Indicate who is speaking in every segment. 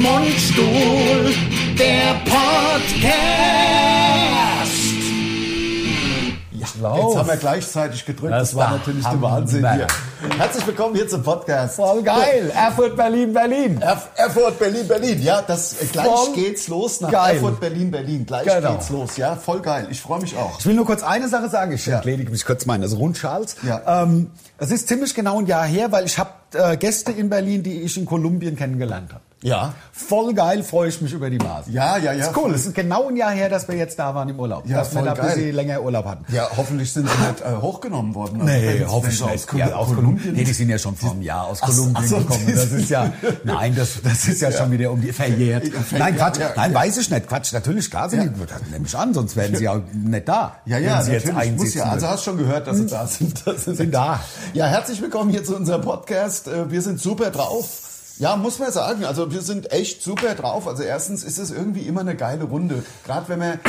Speaker 1: Mundstuhl, der Podcast.
Speaker 2: Jetzt haben wir gleichzeitig gedrückt. Das,
Speaker 3: Das
Speaker 2: war
Speaker 3: war
Speaker 2: natürlich der
Speaker 3: Hammer.
Speaker 2: Wahnsinn hier. Herzlich willkommen hier zum Podcast.
Speaker 3: Voll geil. Erfurt, Berlin, Berlin.
Speaker 2: Erf Erfurt, Berlin, Berlin. Ja, das äh, gleich
Speaker 3: Voll
Speaker 2: geht's los nach
Speaker 3: geil.
Speaker 2: Erfurt, Berlin, Berlin. Gleich
Speaker 3: Genau.
Speaker 2: geht's los. Ja, voll geil. Ich freue mich auch.
Speaker 3: Ich will nur kurz eine Sache sagen. Ich
Speaker 2: Ja.
Speaker 3: entledige mich kurz meines Rundschals.
Speaker 2: Ja.
Speaker 3: Ähm, es ist ziemlich genau ein Jahr her, weil ich habe äh, Gäste in Berlin, die ich in Kolumbien kennengelernt habe.
Speaker 2: Ja.
Speaker 3: Voll geil, freue ich mich über die Maßen.
Speaker 2: Ja, ja, ja.
Speaker 3: Ist cool. Es ist genau ein Jahr her, dass wir jetzt da waren im Urlaub.
Speaker 2: Ja,
Speaker 3: dass wir
Speaker 2: voll
Speaker 3: da ein
Speaker 2: geil.
Speaker 3: bisschen länger Urlaub hatten.
Speaker 2: Ja, hoffentlich sind sie nicht äh, hochgenommen worden. Also
Speaker 3: Nee,
Speaker 2: wenn-
Speaker 3: hoffe
Speaker 2: wenn
Speaker 3: ich
Speaker 2: sie
Speaker 3: nicht.
Speaker 2: Aus, Kol
Speaker 3: ja, aus Kolumbien. Nee, die sind ja schon vor einem Jahr aus Kolumbien
Speaker 2: ach so, die
Speaker 3: gekommen. Das
Speaker 2: sind-
Speaker 3: ist ja, nein, das, das ist ja, schon wieder um die verjährt. Nein, Quatsch.
Speaker 2: ja,
Speaker 3: nein, weiß ich nicht. Quatsch. Natürlich, klar sind
Speaker 2: Ja.
Speaker 3: die, das nehme ich an, sonst wären sie ja nicht da.
Speaker 2: Ja, ja,
Speaker 3: wenn sie jetzt
Speaker 2: natürlich. Muss
Speaker 3: einsitzen
Speaker 2: ja.
Speaker 3: würden.
Speaker 2: Also hast schon gehört, dass sie da sind. Das ist
Speaker 3: Sind da.
Speaker 2: Ja, herzlich willkommen hier zu unserem Podcast. Äh, Wir sind super drauf. Ja, muss man sagen. Also wir sind echt super drauf. Also erstens ist es irgendwie immer eine geile Runde. Gerade wenn man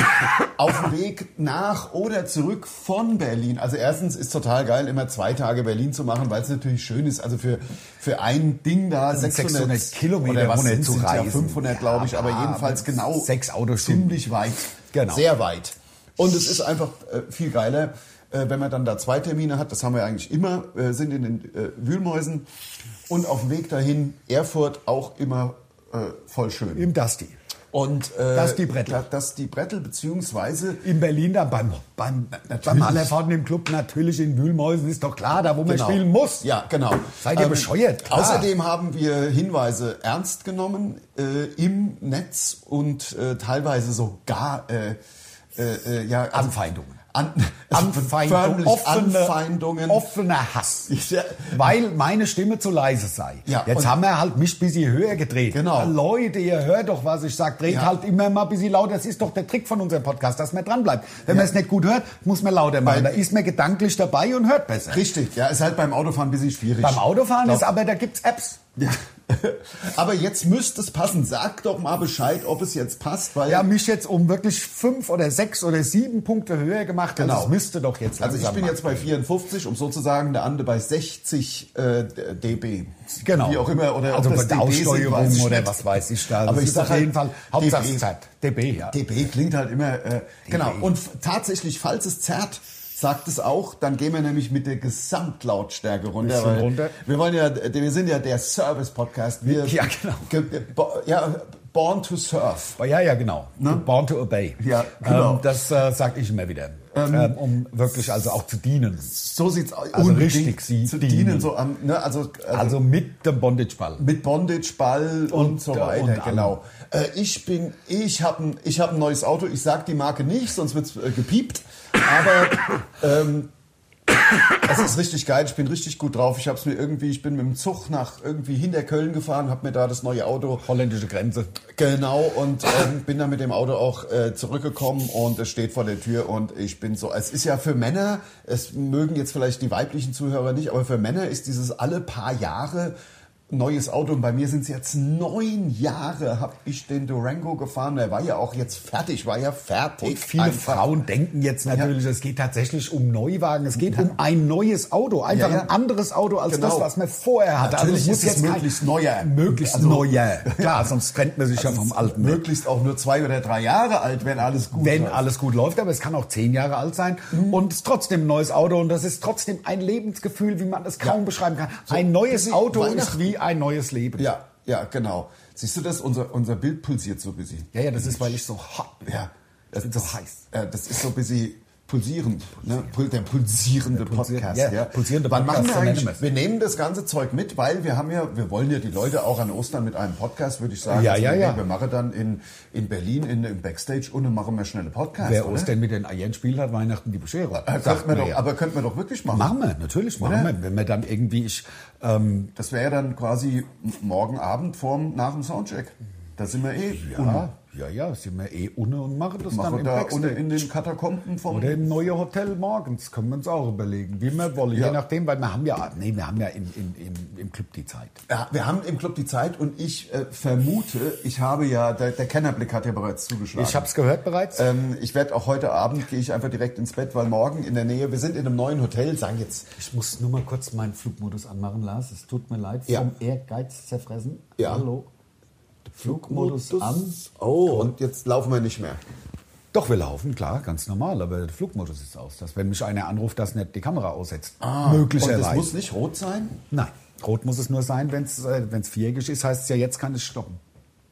Speaker 2: auf dem Weg nach oder zurück von Berlin. Also erstens ist total geil, immer zwei Tage Berlin zu machen, weil es natürlich schön ist. Also für, für ein Ding da 600,
Speaker 3: 600 Kilometer
Speaker 2: oder was
Speaker 3: ohne
Speaker 2: sind's?
Speaker 3: zu
Speaker 2: Sind's Ja,
Speaker 3: reisen.
Speaker 2: 500 glaube ich,
Speaker 3: Ja,
Speaker 2: aber jedenfalls genau
Speaker 3: sechs Autostunden.
Speaker 2: ziemlich weit.
Speaker 3: Genau.
Speaker 2: Sehr weit. Und es ist einfach äh, viel geiler, äh, wenn man dann da zwei Termine hat. Das haben wir eigentlich immer, äh, sind in den äh, Wühlmäusen. Und auf dem Weg dahin, Erfurt, auch immer äh, voll schön.
Speaker 3: Im Dusty.
Speaker 2: Und äh,
Speaker 3: Das die Brettel.
Speaker 2: Das, das die Brettel, beziehungsweise
Speaker 3: In Berlin dann beim, beim, beim Allerfahrten im Club natürlich in Wühlmäusen ist doch klar, da wo man
Speaker 2: Genau.
Speaker 3: spielen muss.
Speaker 2: Ja, genau.
Speaker 3: Seid ihr bescheuert? Klar.
Speaker 2: Außerdem haben wir Hinweise ernst genommen äh, im Netz und äh, teilweise sogar äh, äh, äh, ja, also-
Speaker 3: Anfeindungen.
Speaker 2: An,
Speaker 3: Anfeindung,
Speaker 2: also förmlich
Speaker 3: offene,
Speaker 2: Anfeindungen.
Speaker 3: offener Hass.
Speaker 2: Ja.
Speaker 3: Weil meine Stimme zu leise sei.
Speaker 2: Ja,
Speaker 3: Jetzt
Speaker 2: und-
Speaker 3: haben wir halt mich ein bisschen höher gedreht. Ah,
Speaker 2: Genau.
Speaker 3: Leute, ihr hört doch, was ich sage. Dreht
Speaker 2: Ja.
Speaker 3: halt immer mal ein bisschen lauter. Das ist doch der Trick von unserem Podcast, dass man dranbleibt. Wenn man es nicht gut hört, muss man lauter machen.
Speaker 2: Weil-
Speaker 3: da ist man gedanklich dabei und hört besser.
Speaker 2: Richtig, ja, ist halt beim Autofahren ein bisschen schwierig.
Speaker 3: Beim Autofahren
Speaker 2: Glaub-
Speaker 3: ist aber, da gibt's Apps.
Speaker 2: Ja. Aber jetzt müsste es passen. Sag doch mal Bescheid, ob es jetzt passt, weil
Speaker 3: Ja, mich jetzt um wirklich fünf oder sechs oder sieben Punkte höher gemacht. Genau.
Speaker 2: Genau.
Speaker 3: Also das müsste doch jetzt
Speaker 2: also ich
Speaker 3: langsam
Speaker 2: bin
Speaker 3: mal-
Speaker 2: jetzt bei 54, um sozusagen der andere bei 60 äh, d- dB.
Speaker 3: Genau.
Speaker 2: Wie auch immer oder
Speaker 3: also
Speaker 2: ob das
Speaker 3: bei der
Speaker 2: DB sind, weiß
Speaker 3: Aussteuerung
Speaker 2: ich
Speaker 3: oder
Speaker 2: nicht.
Speaker 3: was weiß ich da.
Speaker 2: Aber
Speaker 3: Das
Speaker 2: ich
Speaker 3: ist
Speaker 2: sag
Speaker 3: auf
Speaker 2: halt
Speaker 3: jeden Fall Hauptsache
Speaker 2: DB.
Speaker 3: es zerrt. DB, ja.
Speaker 2: DB klingt halt immer äh, genau und f- tatsächlich falls es zerrt sagt es auch, dann gehen wir nämlich mit der Gesamtlautstärke runter.
Speaker 3: Bisschen
Speaker 2: weil
Speaker 3: runter.
Speaker 2: Wir wollen ja, äh, wir sind ja der Service Podcast. Wir
Speaker 3: Ja, genau.
Speaker 2: ge- bo- ja, born to serve.
Speaker 3: Oh, Ja, ja, genau. Born to obey.
Speaker 2: Ne? Ja, genau.
Speaker 3: Ähm, das äh, sage ich immer wieder, ähm, um wirklich also auch zu dienen.
Speaker 2: So sieht's aus.
Speaker 3: Also
Speaker 2: Unbedingt
Speaker 3: richtig, sie
Speaker 2: zu dienen.
Speaker 3: dienen.
Speaker 2: so am, ne, also, also,
Speaker 3: Also mit dem Bondage-Ball.
Speaker 2: mit Bondage, Ball und,
Speaker 3: Und,
Speaker 2: so
Speaker 3: äh,
Speaker 2: weiter.
Speaker 3: und
Speaker 2: genau. Äh, ich bin, ich habe ein, ich habe ein neues Auto. Ich sag die Marke nicht, sonst wird's äh, gepiept. Aber ähm, es ist richtig geil. Ich bin richtig gut drauf. Ich habe es mir irgendwie, ich bin mit dem Zug nach irgendwie hinter Köln gefahren, habe mir da das neue Auto
Speaker 3: Holländische Grenze.
Speaker 2: Genau, und ähm, bin dann mit dem Auto auch äh, zurückgekommen und es steht vor der Tür und ich bin so, es ist ja für Männer, es mögen jetzt vielleicht die weiblichen Zuhörer nicht, aber für Männer ist dieses alle paar Jahre neues Auto und bei mir sind es jetzt neun Jahre, habe ich den Durango gefahren, der war ja auch jetzt fertig, war ja fertig.
Speaker 3: Und viele
Speaker 2: einfach.
Speaker 3: Frauen denken jetzt natürlich, es geht tatsächlich um Neuwagen. Es geht um ein neues Auto. Einfach
Speaker 2: Ja, ja.
Speaker 3: ein anderes Auto als
Speaker 2: Genau.
Speaker 3: das, was man vorher hatte. Also
Speaker 2: Natürlich
Speaker 3: muss
Speaker 2: ist es
Speaker 3: kein-
Speaker 2: möglichst neuer.
Speaker 3: Möglichst
Speaker 2: Also-
Speaker 3: neuer. Also Klar, sonst trennt man sich ja vom alten. weg.
Speaker 2: Möglichst auch nur zwei oder drei Jahre alt, wenn alles gut
Speaker 3: wenn
Speaker 2: läuft. Mhm.
Speaker 3: alles gut läuft, aber es kann auch zehn Jahre alt sein und ist trotzdem ein neues Auto und das ist trotzdem ein Lebensgefühl, wie man es kaum beschreiben kann. ein neues
Speaker 2: wie
Speaker 3: Auto
Speaker 2: Weihnachten.
Speaker 3: ist wie ein neues Leben.
Speaker 2: Ja, ja, genau. Siehst du das? Unser, unser Bild pulsiert so ein bisschen.
Speaker 3: ja, ja, das ist, weil ich so hot bin.
Speaker 2: Ja, das
Speaker 3: bin
Speaker 2: ist
Speaker 3: so
Speaker 2: das,
Speaker 3: heiß.
Speaker 2: Ja, das ist so ein bisschen pulsierend, ne? Pul der
Speaker 3: pulsierende,
Speaker 2: pulsierende Podcast.
Speaker 3: ja,
Speaker 2: Ja,
Speaker 3: pulsierende
Speaker 2: Wann
Speaker 3: Podcast,
Speaker 2: machen wir,
Speaker 3: so nennen
Speaker 2: eigentlich-
Speaker 3: wir es.
Speaker 2: wir nehmen das ganze Zeug mit, weil wir haben ja, wir wollen ja die Leute auch an Ostern mit einem Podcast, würde ich sagen.
Speaker 3: Ja,
Speaker 2: Also
Speaker 3: ja,
Speaker 2: wir,
Speaker 3: ja.
Speaker 2: Wir machen dann in, in Berlin in, im Backstage und dann machen wir schnelle Podcasts.
Speaker 3: Wer
Speaker 2: oder?
Speaker 3: Ostern mit den Eiern spielt, hat Weihnachten die Bescherung.
Speaker 2: Äh,
Speaker 3: sagt
Speaker 2: Könnten wir
Speaker 3: man
Speaker 2: doch,
Speaker 3: ja.
Speaker 2: aber könnten wir doch wirklich machen.
Speaker 3: Machen wir, natürlich machen
Speaker 2: Oder?
Speaker 3: wir. Wenn wir dann irgendwie, ich, ähm,
Speaker 2: Das wäre ja dann quasi m- morgen Abend vorm, nach dem Soundcheck. Da sind wir eh.
Speaker 3: ja, ähm, ja, ja, sind wir eh ohne und machen das
Speaker 2: Machen
Speaker 3: dann
Speaker 2: wir
Speaker 3: im
Speaker 2: da
Speaker 3: Backstage.
Speaker 2: unten in den Katakomben vom
Speaker 3: Oder im neuen Hotel morgens, können wir uns auch überlegen, wie wir wollen.
Speaker 2: Ja.
Speaker 3: Je nachdem, weil wir haben ja, nee, wir haben ja im, im, im, im Club die Zeit.
Speaker 2: Ja, wir haben im Club die Zeit und ich äh, vermute, ich habe ja, der, der Kennerblick hat ja bereits zugeschlagen.
Speaker 3: Ich habe es gehört bereits.
Speaker 2: ähm, ich werde auch heute Abend, gehe ich einfach direkt ins Bett, weil morgen in der Nähe, wir sind in einem neuen Hotel, sagen jetzt,
Speaker 3: Ich muss nur mal kurz meinen Flugmodus anmachen, Lars. Es tut mir leid,
Speaker 2: Ja.
Speaker 3: vom Ehrgeiz zerfressen.
Speaker 2: Ja.
Speaker 3: Hallo. Flugmodus an.
Speaker 2: Oh. Und jetzt laufen wir nicht mehr.
Speaker 3: Doch, wir laufen, klar, ganz normal, aber der Flugmodus ist aus. Dass, wenn mich einer anruft, dass nicht die Kamera aussetzt.
Speaker 2: Und es
Speaker 3: Möglicherweise.
Speaker 2: muss nicht rot sein?
Speaker 3: Nein, rot muss es nur sein, wenn es äh, wenn's viereckig ist, heißt es ja, jetzt kann es stoppen.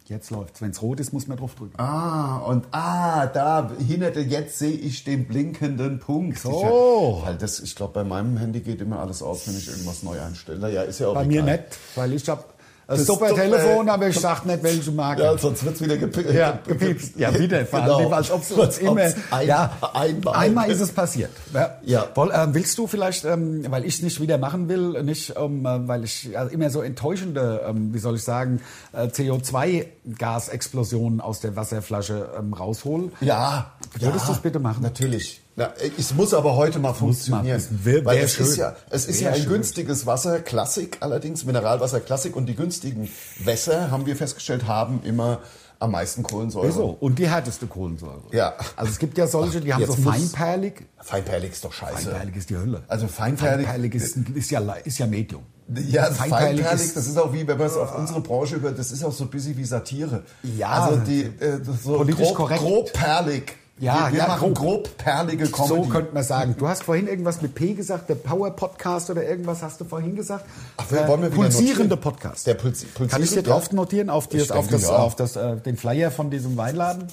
Speaker 3: Jetzt läuft's. Wenn es rot ist, muss man drauf drücken.
Speaker 2: Ah, und ah, da hinderte, jetzt sehe ich den blinkenden Punkt.
Speaker 3: So.
Speaker 2: Ich, weil das, ich glaube, bei meinem Handy geht immer alles aus, wenn ich irgendwas neu einstelle. Naja, ist ja auch
Speaker 3: Bei mir
Speaker 2: egal.
Speaker 3: nicht, weil ich habe ein
Speaker 2: Das
Speaker 3: super
Speaker 2: tut mir-
Speaker 3: Telefon, aber ich sag nicht, welche Marke.
Speaker 2: Ja, sonst wird's wieder gepickt.
Speaker 3: Ja, gepiepst. Ja, wieder. Vor
Speaker 2: Genau.
Speaker 3: allem, als ob's uns immer-
Speaker 2: Ein,
Speaker 3: Ja.
Speaker 2: einmal.
Speaker 3: Einmal ist es passiert. Ja.
Speaker 2: Ja.
Speaker 3: Woll, ähm, willst du vielleicht, ähm, weil ich nicht wieder machen will, nicht, ähm, äh, weil ich ja, immer so enttäuschende, ähm, wie soll ich sagen, äh, CO2-Gasexplosionen aus der Wasserflasche ähm, raushol?
Speaker 2: Ja.
Speaker 3: Würdest
Speaker 2: ja,
Speaker 3: du's bitte machen?
Speaker 2: Natürlich. Na, es muss aber heute mal funktionieren.
Speaker 3: mal. Wär- wär
Speaker 2: weil es ist
Speaker 3: schön.
Speaker 2: ja, es ist
Speaker 3: Wär
Speaker 2: ja ein
Speaker 3: schön.
Speaker 2: günstiges Wasser, Klassik allerdings, Mineralwasser Klassik und die günstigen Wässer, haben wir festgestellt, haben immer am meisten Kohlensäure.
Speaker 3: So, Also, und die härteste Kohlensäure.
Speaker 2: Ja.
Speaker 3: Also es gibt ja solche, die haben
Speaker 2: Jetzt
Speaker 3: so
Speaker 2: muss-
Speaker 3: feinperlig.
Speaker 2: Feinperlig ist doch scheiße.
Speaker 3: Feinperlig ist die Hölle.
Speaker 2: Also feinperlig-
Speaker 3: Feinperlig ist, ist, ja, le- ist ja Medium.
Speaker 2: Ja, feinperlig,
Speaker 3: ist-
Speaker 2: das ist auch wie, wenn man es auf unsere Branche über, das ist auch so ein bisschen wie Satire.
Speaker 3: Ja.
Speaker 2: Also die, äh, so
Speaker 3: Politisch
Speaker 2: grob,
Speaker 3: korrekt.
Speaker 2: grobperlig.
Speaker 3: Ja,
Speaker 2: wir, wir
Speaker 3: ja,
Speaker 2: machen grobperlige
Speaker 3: So
Speaker 2: Comedy.
Speaker 3: könnte man sagen. Du hast vorhin irgendwas mit P gesagt, der Power Podcast oder irgendwas hast du vorhin gesagt.
Speaker 2: Ach, wir- wollen wir wieder
Speaker 3: pulsierende
Speaker 2: notieren?
Speaker 3: Podcast.
Speaker 2: Der Pulsi- pulsierende,
Speaker 3: Kann ich dir
Speaker 2: ja.
Speaker 3: drauf notieren auf, die,
Speaker 2: Ich
Speaker 3: auf,
Speaker 2: denke,
Speaker 3: das,
Speaker 2: ja.
Speaker 3: auf das, äh, den Flyer von diesem Weinladen?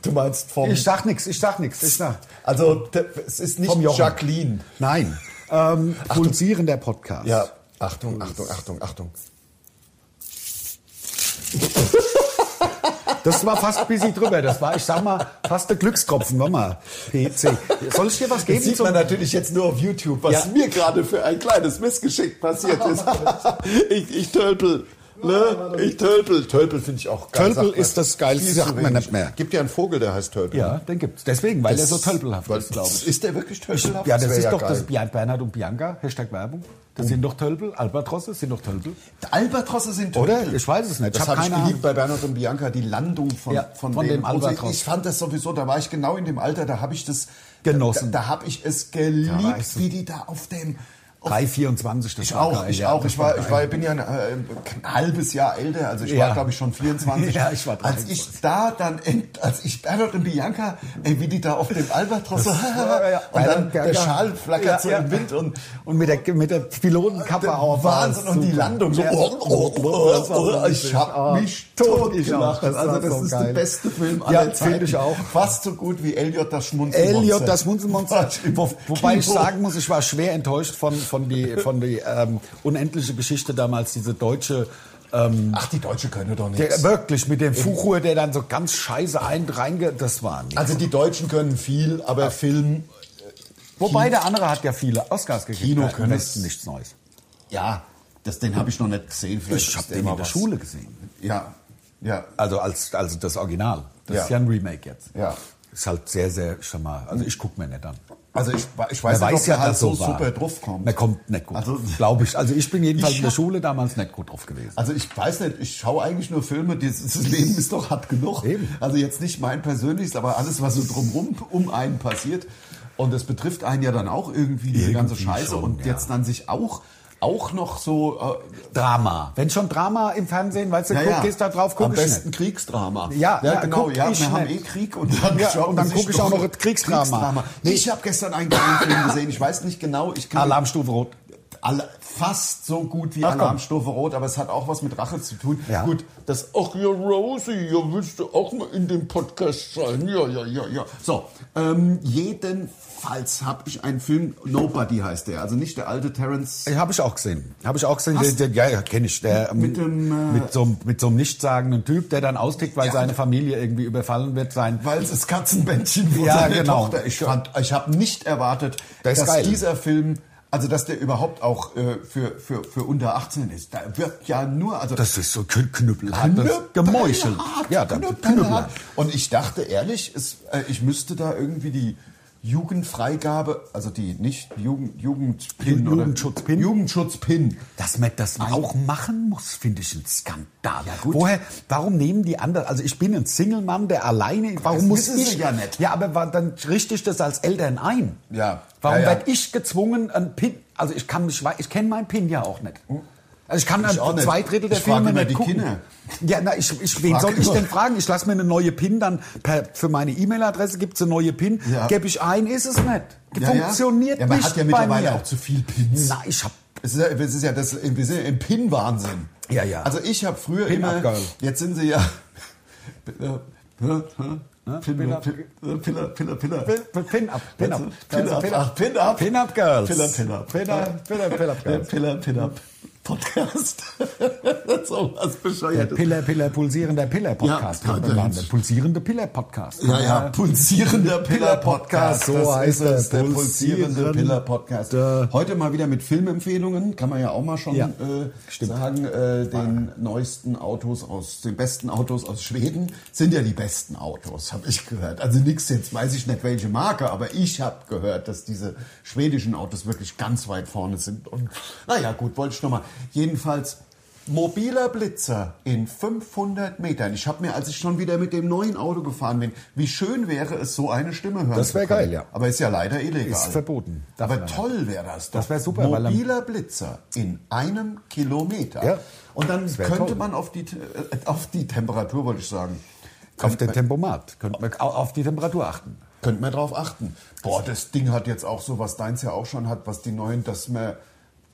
Speaker 2: du meinst vom,
Speaker 3: Ich sag nichts, ich sag nichts, ich sag.
Speaker 2: also der, es ist nicht
Speaker 3: Vom Jochen.
Speaker 2: Jacqueline.
Speaker 3: Nein. Ähm, pulsierender Podcast.
Speaker 2: Ja, Achtung, Achtung, Achtung, Achtung.
Speaker 3: Das war fast ein bisschen drüber. Das war, ich sag mal, fast der Glückstropfen. Warte mal. PC. Soll ich dir was geben?
Speaker 2: Das sieht
Speaker 3: zum-
Speaker 2: man natürlich jetzt nur auf YouTube, was
Speaker 3: Ja.
Speaker 2: mir gerade für ein kleines Missgeschick passiert ist. ich, ich tölpel. Ne? Ich tölpel. Tölpel finde ich auch geil.
Speaker 3: Tölpel
Speaker 2: sagt man.
Speaker 3: ist das Geilste,
Speaker 2: Viel zu
Speaker 3: sagt man
Speaker 2: wenig.
Speaker 3: nicht mehr.
Speaker 2: Gibt ja einen Vogel, der heißt Tölpel.
Speaker 3: ja, den gibt's. Deswegen, weil er so tölpelhaft
Speaker 2: weil-
Speaker 3: ist, glaube ich.
Speaker 2: Ist der wirklich tölpelhaft?
Speaker 3: Ja, das
Speaker 2: wär
Speaker 3: ist doch
Speaker 2: geil.
Speaker 3: das Bian- Bernhard und Bianca, Hashtag Werbung. Das sind doch Tölpel, Albatrosse sind doch Tölpel.
Speaker 2: Albatrosse sind
Speaker 3: Oder?
Speaker 2: Tölpel.
Speaker 3: Ich weiß es nicht. Ich
Speaker 2: Das
Speaker 3: hab
Speaker 2: habe ich
Speaker 3: keine
Speaker 2: geliebt bei Bernhard und Bianca, die Landung von,
Speaker 3: Ja,
Speaker 2: von,
Speaker 3: von dem
Speaker 2: Und ich-
Speaker 3: Albatros.
Speaker 2: Ich fand das sowieso, da war ich genau in dem Alter, da habe ich das
Speaker 3: Genossen.
Speaker 2: Da, da habe ich es geliebt,
Speaker 3: Da weißt du.
Speaker 2: wie die da auf dem auf
Speaker 3: 324, das
Speaker 2: Ich
Speaker 3: war
Speaker 2: auch,
Speaker 3: geil,
Speaker 2: ich
Speaker 3: ja,
Speaker 2: auch.
Speaker 3: das
Speaker 2: Ich war,
Speaker 3: geil.
Speaker 2: ich war, bin ja ein, äh, ein halbes Jahr älter, also ich war,
Speaker 3: Ja.
Speaker 2: glaube ich, schon 24.
Speaker 3: Ja, ich war
Speaker 2: Als ich da dann, end- als ich Bernhard und Bianca, ey, wie die da auf dem Albatros, so,
Speaker 3: war- ja.
Speaker 2: und dann
Speaker 3: Bernhard,
Speaker 2: der
Speaker 3: Bianca.
Speaker 2: Schal flackert
Speaker 3: Ja,
Speaker 2: so
Speaker 3: ja.
Speaker 2: im Wind und
Speaker 3: Und mit der, mit der Pilotenkappe auch.
Speaker 2: Wahnsinn und die Landung so.
Speaker 3: Ja.
Speaker 2: Oh, oh, oh,
Speaker 3: Das war
Speaker 2: oh, ich
Speaker 3: richtig.
Speaker 2: hab
Speaker 3: Ah,
Speaker 2: mich tot
Speaker 3: ich auch.
Speaker 2: gelacht.
Speaker 3: Das war
Speaker 2: Also das
Speaker 3: so
Speaker 2: ist
Speaker 3: geil.
Speaker 2: der beste Film
Speaker 3: Ja,
Speaker 2: aller Zeiten.
Speaker 3: finde ich auch.
Speaker 2: Fast so gut wie Elliot das Schmunzelmonster.
Speaker 3: Elliot, das Munzelmonster.
Speaker 2: Quatsch, im
Speaker 3: Wo, wobei ich
Speaker 2: Kino.
Speaker 3: sagen muss, ich war schwer enttäuscht von, von die, von die ähm, unendliche Geschichte damals, diese deutsche. Ähm,
Speaker 2: ach, die Deutsche können doch
Speaker 3: der,
Speaker 2: nichts.
Speaker 3: wirklich, mit dem Fuchur, der dann so ganz scheiße ein, reinge... Das war nicht.
Speaker 2: Also die Deutschen können viel, aber Film,
Speaker 3: Wobei der andere hat ja viele Oscars gekriegt.
Speaker 2: Kino
Speaker 3: Der hat im
Speaker 2: können
Speaker 3: Westen
Speaker 2: es-
Speaker 3: nichts Neues.
Speaker 2: ja, das, den habe ich noch nicht gesehen. Vielleicht
Speaker 3: Ich
Speaker 2: ist
Speaker 3: habe den
Speaker 2: mal
Speaker 3: in der
Speaker 2: was.
Speaker 3: Schule gesehen.
Speaker 2: Ja, ja,
Speaker 3: Also als also das Original. Das
Speaker 2: Ja.
Speaker 3: ist ja ein Remake jetzt.
Speaker 2: Ja.
Speaker 3: Ist halt sehr, sehr schon mal. Also ich guck mir nicht an.
Speaker 2: Also ich, ich weiß
Speaker 3: Man
Speaker 2: nicht, ob der halt
Speaker 3: dass
Speaker 2: so
Speaker 3: war.
Speaker 2: super drauf kommt.
Speaker 3: Man kommt nicht gut.
Speaker 2: Also-
Speaker 3: Also, glaube ich. Also ich bin jedenfalls
Speaker 2: Ich
Speaker 3: in der
Speaker 2: hab-
Speaker 3: Schule damals nicht gut drauf gewesen.
Speaker 2: Also ich weiß nicht, ich schaue eigentlich nur Filme, das, das Leben ist doch hart genug.
Speaker 3: Eben.
Speaker 2: Also jetzt nicht mein persönliches, aber alles, was so drumrum um einen passiert. Und das betrifft einen ja dann auch irgendwie, diese ganze
Speaker 3: Irgendwie
Speaker 2: Scheiße.
Speaker 3: schon,
Speaker 2: und
Speaker 3: ja.
Speaker 2: jetzt dann sich auch, auch noch so... Äh,
Speaker 3: Drama. Wenn schon Drama im Fernsehen, weißt du,
Speaker 2: ja,
Speaker 3: guck,
Speaker 2: ja,
Speaker 3: gehst da drauf, guck
Speaker 2: Am
Speaker 3: ich
Speaker 2: besten
Speaker 3: nicht.
Speaker 2: Kriegsdrama.
Speaker 3: Ja, ja,
Speaker 2: genau.
Speaker 3: guck
Speaker 2: Ja,
Speaker 3: ich
Speaker 2: wir haben eh
Speaker 3: nicht.
Speaker 2: Krieg und dann,
Speaker 3: Ja,
Speaker 2: schauen
Speaker 3: und dann
Speaker 2: sie
Speaker 3: guck
Speaker 2: sich
Speaker 3: ich auch
Speaker 2: doch-
Speaker 3: noch das Kriegsdrama.
Speaker 2: Nee, ich habe gestern einen geilen Film gesehen, ich weiß nicht genau. Ich kann
Speaker 3: Alarmstufe Rot.
Speaker 2: alle, fast so gut wie
Speaker 3: Ach, komm.
Speaker 2: Alarmstufe Rot, aber es hat auch was mit Rache zu tun.
Speaker 3: Ja.
Speaker 2: Gut, das, ach ja, Rosie, ja, willst du auch mal in dem Podcast sein? Ja, ja, ja, ja. So, ähm, jedenfalls habe ich einen Film, Nobody heißt der, also nicht der alte Terence.
Speaker 3: Habe Äh, ich auch gesehen. Habe ich auch gesehen. Der, der, ja, ja, kenne ich. Der, ähm,
Speaker 2: Mit dem, äh,
Speaker 3: mit, so, einem- mit so einem nichtssagenden Typ, der dann austickt, weil
Speaker 2: Ja.
Speaker 3: seine Familie irgendwie überfallen wird. Sein
Speaker 2: Weil es das Katzenbändchen wurde.
Speaker 3: Ja,
Speaker 2: seine
Speaker 3: genau.
Speaker 2: Tochter. Ich, fand- ich habe nicht erwartet,
Speaker 3: Der ist
Speaker 2: dass
Speaker 3: geil.
Speaker 2: dieser Film, also dass der überhaupt auch äh, für, für, für unter 18 ist. Da wirkt ja nur, also
Speaker 3: das ist so kn- knüppelhart. das Gemeuchelt.
Speaker 2: Knüppelhart,
Speaker 3: Ja, dann
Speaker 2: knüppelhart.
Speaker 3: knüppelhart.
Speaker 2: Und ich dachte ehrlich, es, äh, ich müsste da irgendwie die Jugendfreigabe, also die nicht Jugend, Jugendpin
Speaker 3: Ju-
Speaker 2: oder-
Speaker 3: Jugendschutzpin?
Speaker 2: Jugendschutzpin.
Speaker 3: Dass man das auch machen muss, finde ich ein Skandal. Woher, warum nehmen die anderen, also ich bin ein Single-Mann, der alleine, warum muss
Speaker 2: wissen sie
Speaker 3: ich?
Speaker 2: ja nicht.
Speaker 3: Ja, aber wa- dann richte ich das als Eltern ein.
Speaker 2: Ja.
Speaker 3: Warum
Speaker 2: Ja, ja.
Speaker 3: werd ich gezwungen, ein PIN, also ich kann mich, wei- ich kenne meinen PIN ja auch nicht. Also ich kann
Speaker 2: Hm. Ich auch
Speaker 3: dann
Speaker 2: nicht.
Speaker 3: zwei Drittel der
Speaker 2: Ich frage
Speaker 3: Filme
Speaker 2: immer
Speaker 3: nicht
Speaker 2: die
Speaker 3: gucken.
Speaker 2: Kinder.
Speaker 3: Ja, na, ich, ich, wen
Speaker 2: frag
Speaker 3: soll ich
Speaker 2: immer.
Speaker 3: denn fragen? Ich lasse mir eine neue PIN dann per, für meine E-Mail-Adresse gibt's eine neue PIN.
Speaker 2: Ja.
Speaker 3: Gebe ich ein, ist es nicht.
Speaker 2: Ja,
Speaker 3: Funktioniert
Speaker 2: ja. Ja, man
Speaker 3: nicht
Speaker 2: hat ja
Speaker 3: bei
Speaker 2: mittlerweile
Speaker 3: mir.
Speaker 2: auch zu viel Pins.
Speaker 3: Na, ich hab
Speaker 2: Es ist ja, es ist ja das, wir sind ja im Pin-Wahnsinn.
Speaker 3: Ja, ja.
Speaker 2: Also ich habe früher
Speaker 3: Pin
Speaker 2: immer,
Speaker 3: abgeil.
Speaker 2: jetzt sind sie ja, Piller, Piller, Piller, Piller, Piller.
Speaker 3: Pin- Pin up, Pin up,
Speaker 2: Pin up, ach, Pin up.
Speaker 3: Pin up Girls.
Speaker 2: Pin up, Pin up.
Speaker 3: Pin up, Pin up, Pin up
Speaker 2: Der
Speaker 3: Girls.
Speaker 2: Piller, Pin up Podcast. so was
Speaker 3: Der
Speaker 2: bescheuertes.
Speaker 3: Piller, Piller, pulsierender Piller Podcast.
Speaker 2: Ja,
Speaker 3: Der
Speaker 2: ja.
Speaker 3: pulsierende Piller Podcast.
Speaker 2: Ja, ja, pulsierender Piller-Podcast.
Speaker 3: So heißt
Speaker 2: ist es,
Speaker 3: er,
Speaker 2: der pulsierende
Speaker 3: pulsierende-
Speaker 2: Piller-Podcast. äh, Heute mal wieder mit Filmempfehlungen, kann man ja auch mal schon
Speaker 3: Ja,
Speaker 2: äh, sagen, äh, den neuesten Autos aus, den besten Autos aus Schweden sind ja die besten Autos, habe ich gehört. Also nix jetzt, weiß ich nicht welche Marke, aber ich habe gehört, dass diese schwedischen Autos wirklich ganz weit vorne sind. Und naja, gut, wollte ich nochmal. Jedenfalls... Mobiler Blitzer in 500 Metern. Ich habe mir, als ich schon wieder mit dem neuen Auto gefahren bin, wie schön wäre es, so eine Stimme hören
Speaker 3: Das wär
Speaker 2: zu können.
Speaker 3: geil, ja.
Speaker 2: Aber ist ja leider illegal.
Speaker 3: Ist verboten. Darf
Speaker 2: Aber
Speaker 3: man ja
Speaker 2: toll wäre das doch.
Speaker 3: Das wär super, weil am-
Speaker 2: Mobiler Blitzer in einem Kilometer.
Speaker 3: Ja.
Speaker 2: Und dann
Speaker 3: wär
Speaker 2: könnte
Speaker 3: toll.
Speaker 2: man auf die, äh, auf die Temperatur, wollte ich sagen,
Speaker 3: Auf den Tempomat. Könnte man au- auf die Temperatur achten.
Speaker 2: könnte man drauf achten. Boah, das Ding hat jetzt auch so, was deins ja auch schon hat, was die neuen, dass man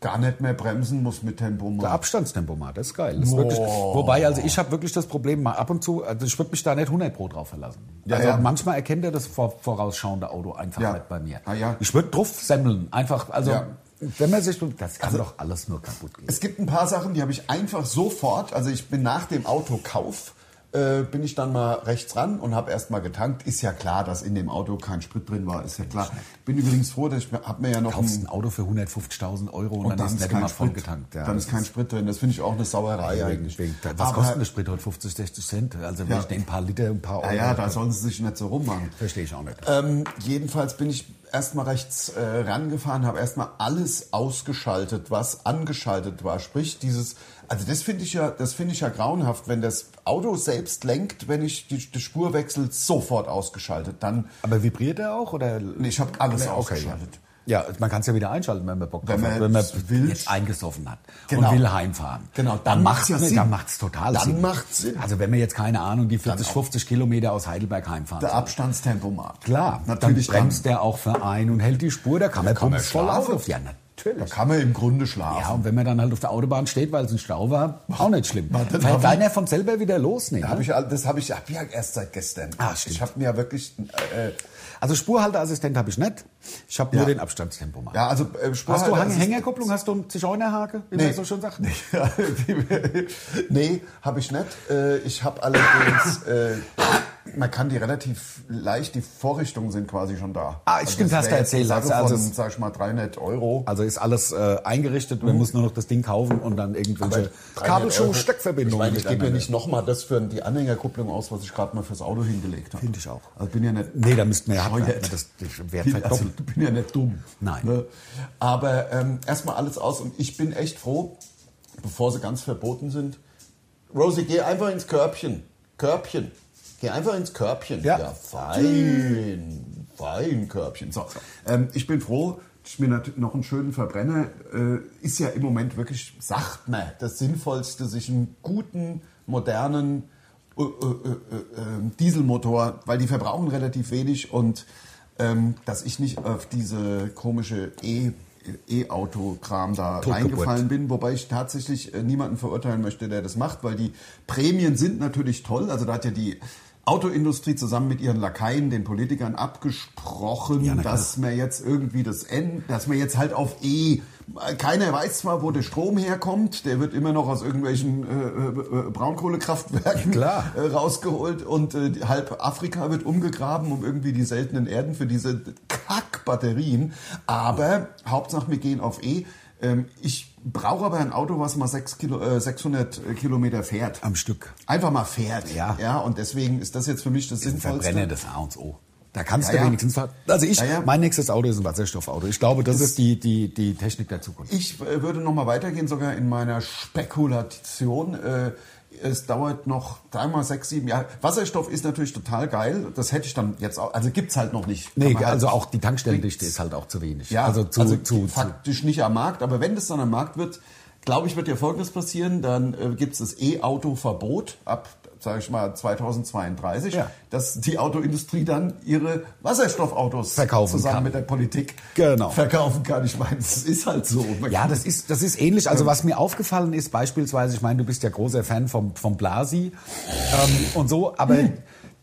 Speaker 2: gar nicht mehr bremsen muss mit Tempomat.
Speaker 3: Der Abstandstempomat, das ist geil. Das ist wirklich, wobei, also ich habe wirklich das Problem, mal ab und zu, also ich würde mich da nicht 100 Pro drauf verlassen.
Speaker 2: Ja,
Speaker 3: also
Speaker 2: ja.
Speaker 3: manchmal erkennt er das vor, vorausschauende Auto einfach
Speaker 2: Ja.
Speaker 3: nicht bei mir.
Speaker 2: Ah, ja.
Speaker 3: Ich würde drauf semmeln, einfach, also
Speaker 2: Ja. Also
Speaker 3: wenn man sich, das kann doch alles nur kaputt gehen.
Speaker 2: Es gibt ein paar Sachen, die habe ich einfach sofort, also ich bin nach dem Autokauf, äh, bin ich dann mal rechts ran und habe erst mal getankt. Ist ja klar, dass in dem Auto kein Sprit drin war, ist ja klar. Bin übrigens froh, dass ich mir- hab mir ja noch
Speaker 3: kaufst ein Auto für 150.000 Euro und,
Speaker 2: Hm. und
Speaker 3: dann ist nicht immer voll
Speaker 2: Sprit.
Speaker 3: getankt.
Speaker 2: dann ist kein Sprit drin. Das finde ich auch eine Sauerei eigentlich.
Speaker 3: eigentlich wegen, was
Speaker 2: Aber-
Speaker 3: kostet der Sprit heute? 50, 60 Cent? Also wenn
Speaker 2: Ja.
Speaker 3: ich den ein paar Liter, ein paar Euro...
Speaker 2: Ja, ja, da sollen sie sich nicht so rummachen.
Speaker 3: Verstehe ich auch nicht.
Speaker 2: Ähm, jedenfalls bin ich erstmal rechts äh, rangefahren, habe erstmal alles ausgeschaltet, was angeschaltet war. Sprich, dieses, also das finde ich ja, das finde ich ja grauenhaft, wenn das Auto selbst lenkt, wenn ich die, die Spur wechsle, sofort ausgeschaltet. Dann,
Speaker 3: Aber vibriert er auch? Oder?
Speaker 2: nee, ich habe alles
Speaker 3: Ja, okay,
Speaker 2: ausgeschaltet.
Speaker 3: Ja, man kann es ja wieder einschalten, wenn man Bock drauf
Speaker 2: Wenn
Speaker 3: hat.
Speaker 2: man
Speaker 3: Wenn man
Speaker 2: es will.
Speaker 3: jetzt eingesoffen hat
Speaker 2: Genau.
Speaker 3: und will heimfahren.
Speaker 2: Genau, dann
Speaker 3: dann
Speaker 2: macht's
Speaker 3: macht
Speaker 2: ja
Speaker 3: es
Speaker 2: Sinn.
Speaker 3: Dann macht's total
Speaker 2: Dann
Speaker 3: Sinn.
Speaker 2: macht's Sinn.
Speaker 3: Also wenn wir jetzt, keine Ahnung, die 40, 50 Kilometer aus Heidelberg heimfahren.
Speaker 2: Der
Speaker 3: soll.
Speaker 2: Abstandstempomat.
Speaker 3: Klar,
Speaker 2: natürlich
Speaker 3: dann bremst der auch für ein und hält die Spur, da kann man
Speaker 2: kann man
Speaker 3: bums voll
Speaker 2: schlafen.
Speaker 3: auf. Ja, natürlich.
Speaker 2: Da kann man im Grunde
Speaker 3: Ja,
Speaker 2: schlafen.
Speaker 3: und wenn man dann halt auf der Autobahn steht, weil es ein Stau war, auch nicht schlimm.
Speaker 2: Warte, darf
Speaker 3: Fällt
Speaker 2: ich-
Speaker 3: einer von selber wieder los, ne?
Speaker 2: Da hab ich, all- das habe ich, hab ich ja erst seit gestern.
Speaker 3: Ah, stimmt.
Speaker 2: ich habe mir ja wirklich äh, äh,
Speaker 3: Also Spurhalteassistent habe ich nicht. Ich habe
Speaker 2: Ja.
Speaker 3: nur den Abstandstempomat.
Speaker 2: Ja, also äh, Spur
Speaker 3: Hast du
Speaker 2: halt-
Speaker 3: Hang- Hängerkupplung? Hast du einen Zigeunerhake, wie man so schön sagt?
Speaker 2: Ja, die- nee, habe ich nicht. Äh, Ich habe allerdings, äh, man kann die relativ leicht, die Vorrichtungen sind quasi schon da.
Speaker 3: Ah,
Speaker 2: Also
Speaker 3: stimmt,
Speaker 2: das
Speaker 3: hast du
Speaker 2: wär
Speaker 3: erzählt,
Speaker 2: Jetzt eine Sache
Speaker 3: also-
Speaker 2: von, sag ich mal, 300 Euro.
Speaker 3: Also ist alles äh, eingerichtet, man muss nur noch das Ding kaufen und dann irgendwelche
Speaker 2: 300 Euro. Ich
Speaker 3: Kabelschuh-Steckverbindungen
Speaker 2: meine, ich gebe ja
Speaker 3: miteinander.
Speaker 2: nicht nochmal das für die Anhängerkupplung aus, was ich gerade mal fürs Auto hingelegt habe.
Speaker 3: Finde ich auch.
Speaker 2: Also bin ja nicht...
Speaker 3: Nee, da müssten wir ja
Speaker 2: Scheuert.
Speaker 3: das wäre halt
Speaker 2: Bin, also,
Speaker 3: verdoppelt.
Speaker 2: bin ja nicht dumm.
Speaker 3: Nein.
Speaker 2: Ne? Aber ähm, erstmal alles aus und ich bin echt froh, bevor sie ganz verboten sind. Rosie, geh einfach ins Körbchen. Körbchen. Geh einfach ins Körbchen.
Speaker 3: Ja.
Speaker 2: fein. Fein Körbchen. So. Ähm, ich bin froh, dass ich mir nat- noch einen schönen Verbrenner äh, ist ja im Moment wirklich, sagt man, das Sinnvollste, sich einen guten, modernen äh, äh, äh, äh, Dieselmotor, weil die verbrauchen relativ wenig und ähm, dass ich nicht auf diese komische E- E-Auto-Kram da
Speaker 3: Totgeburt.
Speaker 2: reingefallen bin, wobei ich tatsächlich äh, niemanden verurteilen möchte, der das macht, weil die Prämien sind natürlich toll. Also da hat ja die Autoindustrie zusammen mit ihren Lakaien, den Politikern abgesprochen,
Speaker 3: Ja, na klar.
Speaker 2: dass man jetzt irgendwie das N, dass man jetzt halt auf E, keiner weiß zwar, wo der Strom herkommt, der wird immer noch aus irgendwelchen äh, äh, äh, Braunkohlekraftwerken
Speaker 3: Klar.
Speaker 2: äh, rausgeholt und äh, die- halb Afrika wird umgegraben, um irgendwie die seltenen Erden für diese Kackbatterien. Aber Hauptsache, wir gehen auf E. Ähm, ich brauche aber ein Auto, was mal sechs Kilo, äh, 600 Kilometer fährt.
Speaker 3: Am Stück.
Speaker 2: Einfach mal fährt.
Speaker 3: Ja.
Speaker 2: ja. Und deswegen ist das jetzt für mich das
Speaker 3: Ein
Speaker 2: Sinnvollste.
Speaker 3: Verbrenner, das A und O. Da kannst
Speaker 2: Ja,
Speaker 3: du
Speaker 2: ja.
Speaker 3: wenigstens... Also ich,
Speaker 2: Ja, ja.
Speaker 3: mein nächstes Auto ist ein Wasserstoffauto. Ich glaube, das, ist die, die, die Technik der Zukunft.
Speaker 2: Ich äh, würde noch mal weitergehen, sogar in meiner Spekulation. Äh, es dauert noch dreimal sechs, sieben Jahre. Wasserstoff ist natürlich total geil. Das hätte ich dann jetzt auch. Also gibt's halt noch nicht. Kann
Speaker 3: Nee,
Speaker 2: man halt-
Speaker 3: also auch die Tankstellendichte ist halt auch zu wenig.
Speaker 2: Ja,
Speaker 3: also zu, zu, zu
Speaker 2: faktisch nicht am Markt, aber wenn das dann am Markt wird, glaube ich, wird dir Folgendes passieren. Dann äh, gibt es das E-Auto-Verbot ab, sage ich mal, 2032,
Speaker 3: Ja.
Speaker 2: dass die Autoindustrie dann ihre Wasserstoffautos
Speaker 3: Verkaufen
Speaker 2: zusammen
Speaker 3: kann.
Speaker 2: mit der Politik
Speaker 3: Genau.
Speaker 2: verkaufen kann. Ich meine, es ist halt so. Man
Speaker 3: Ja,
Speaker 2: kann-
Speaker 3: das ist, das ist ähnlich. Also was mir aufgefallen ist, beispielsweise, ich meine, du bist ja großer Fan vom, vom Blasi ähm, und so, aber
Speaker 2: Hm.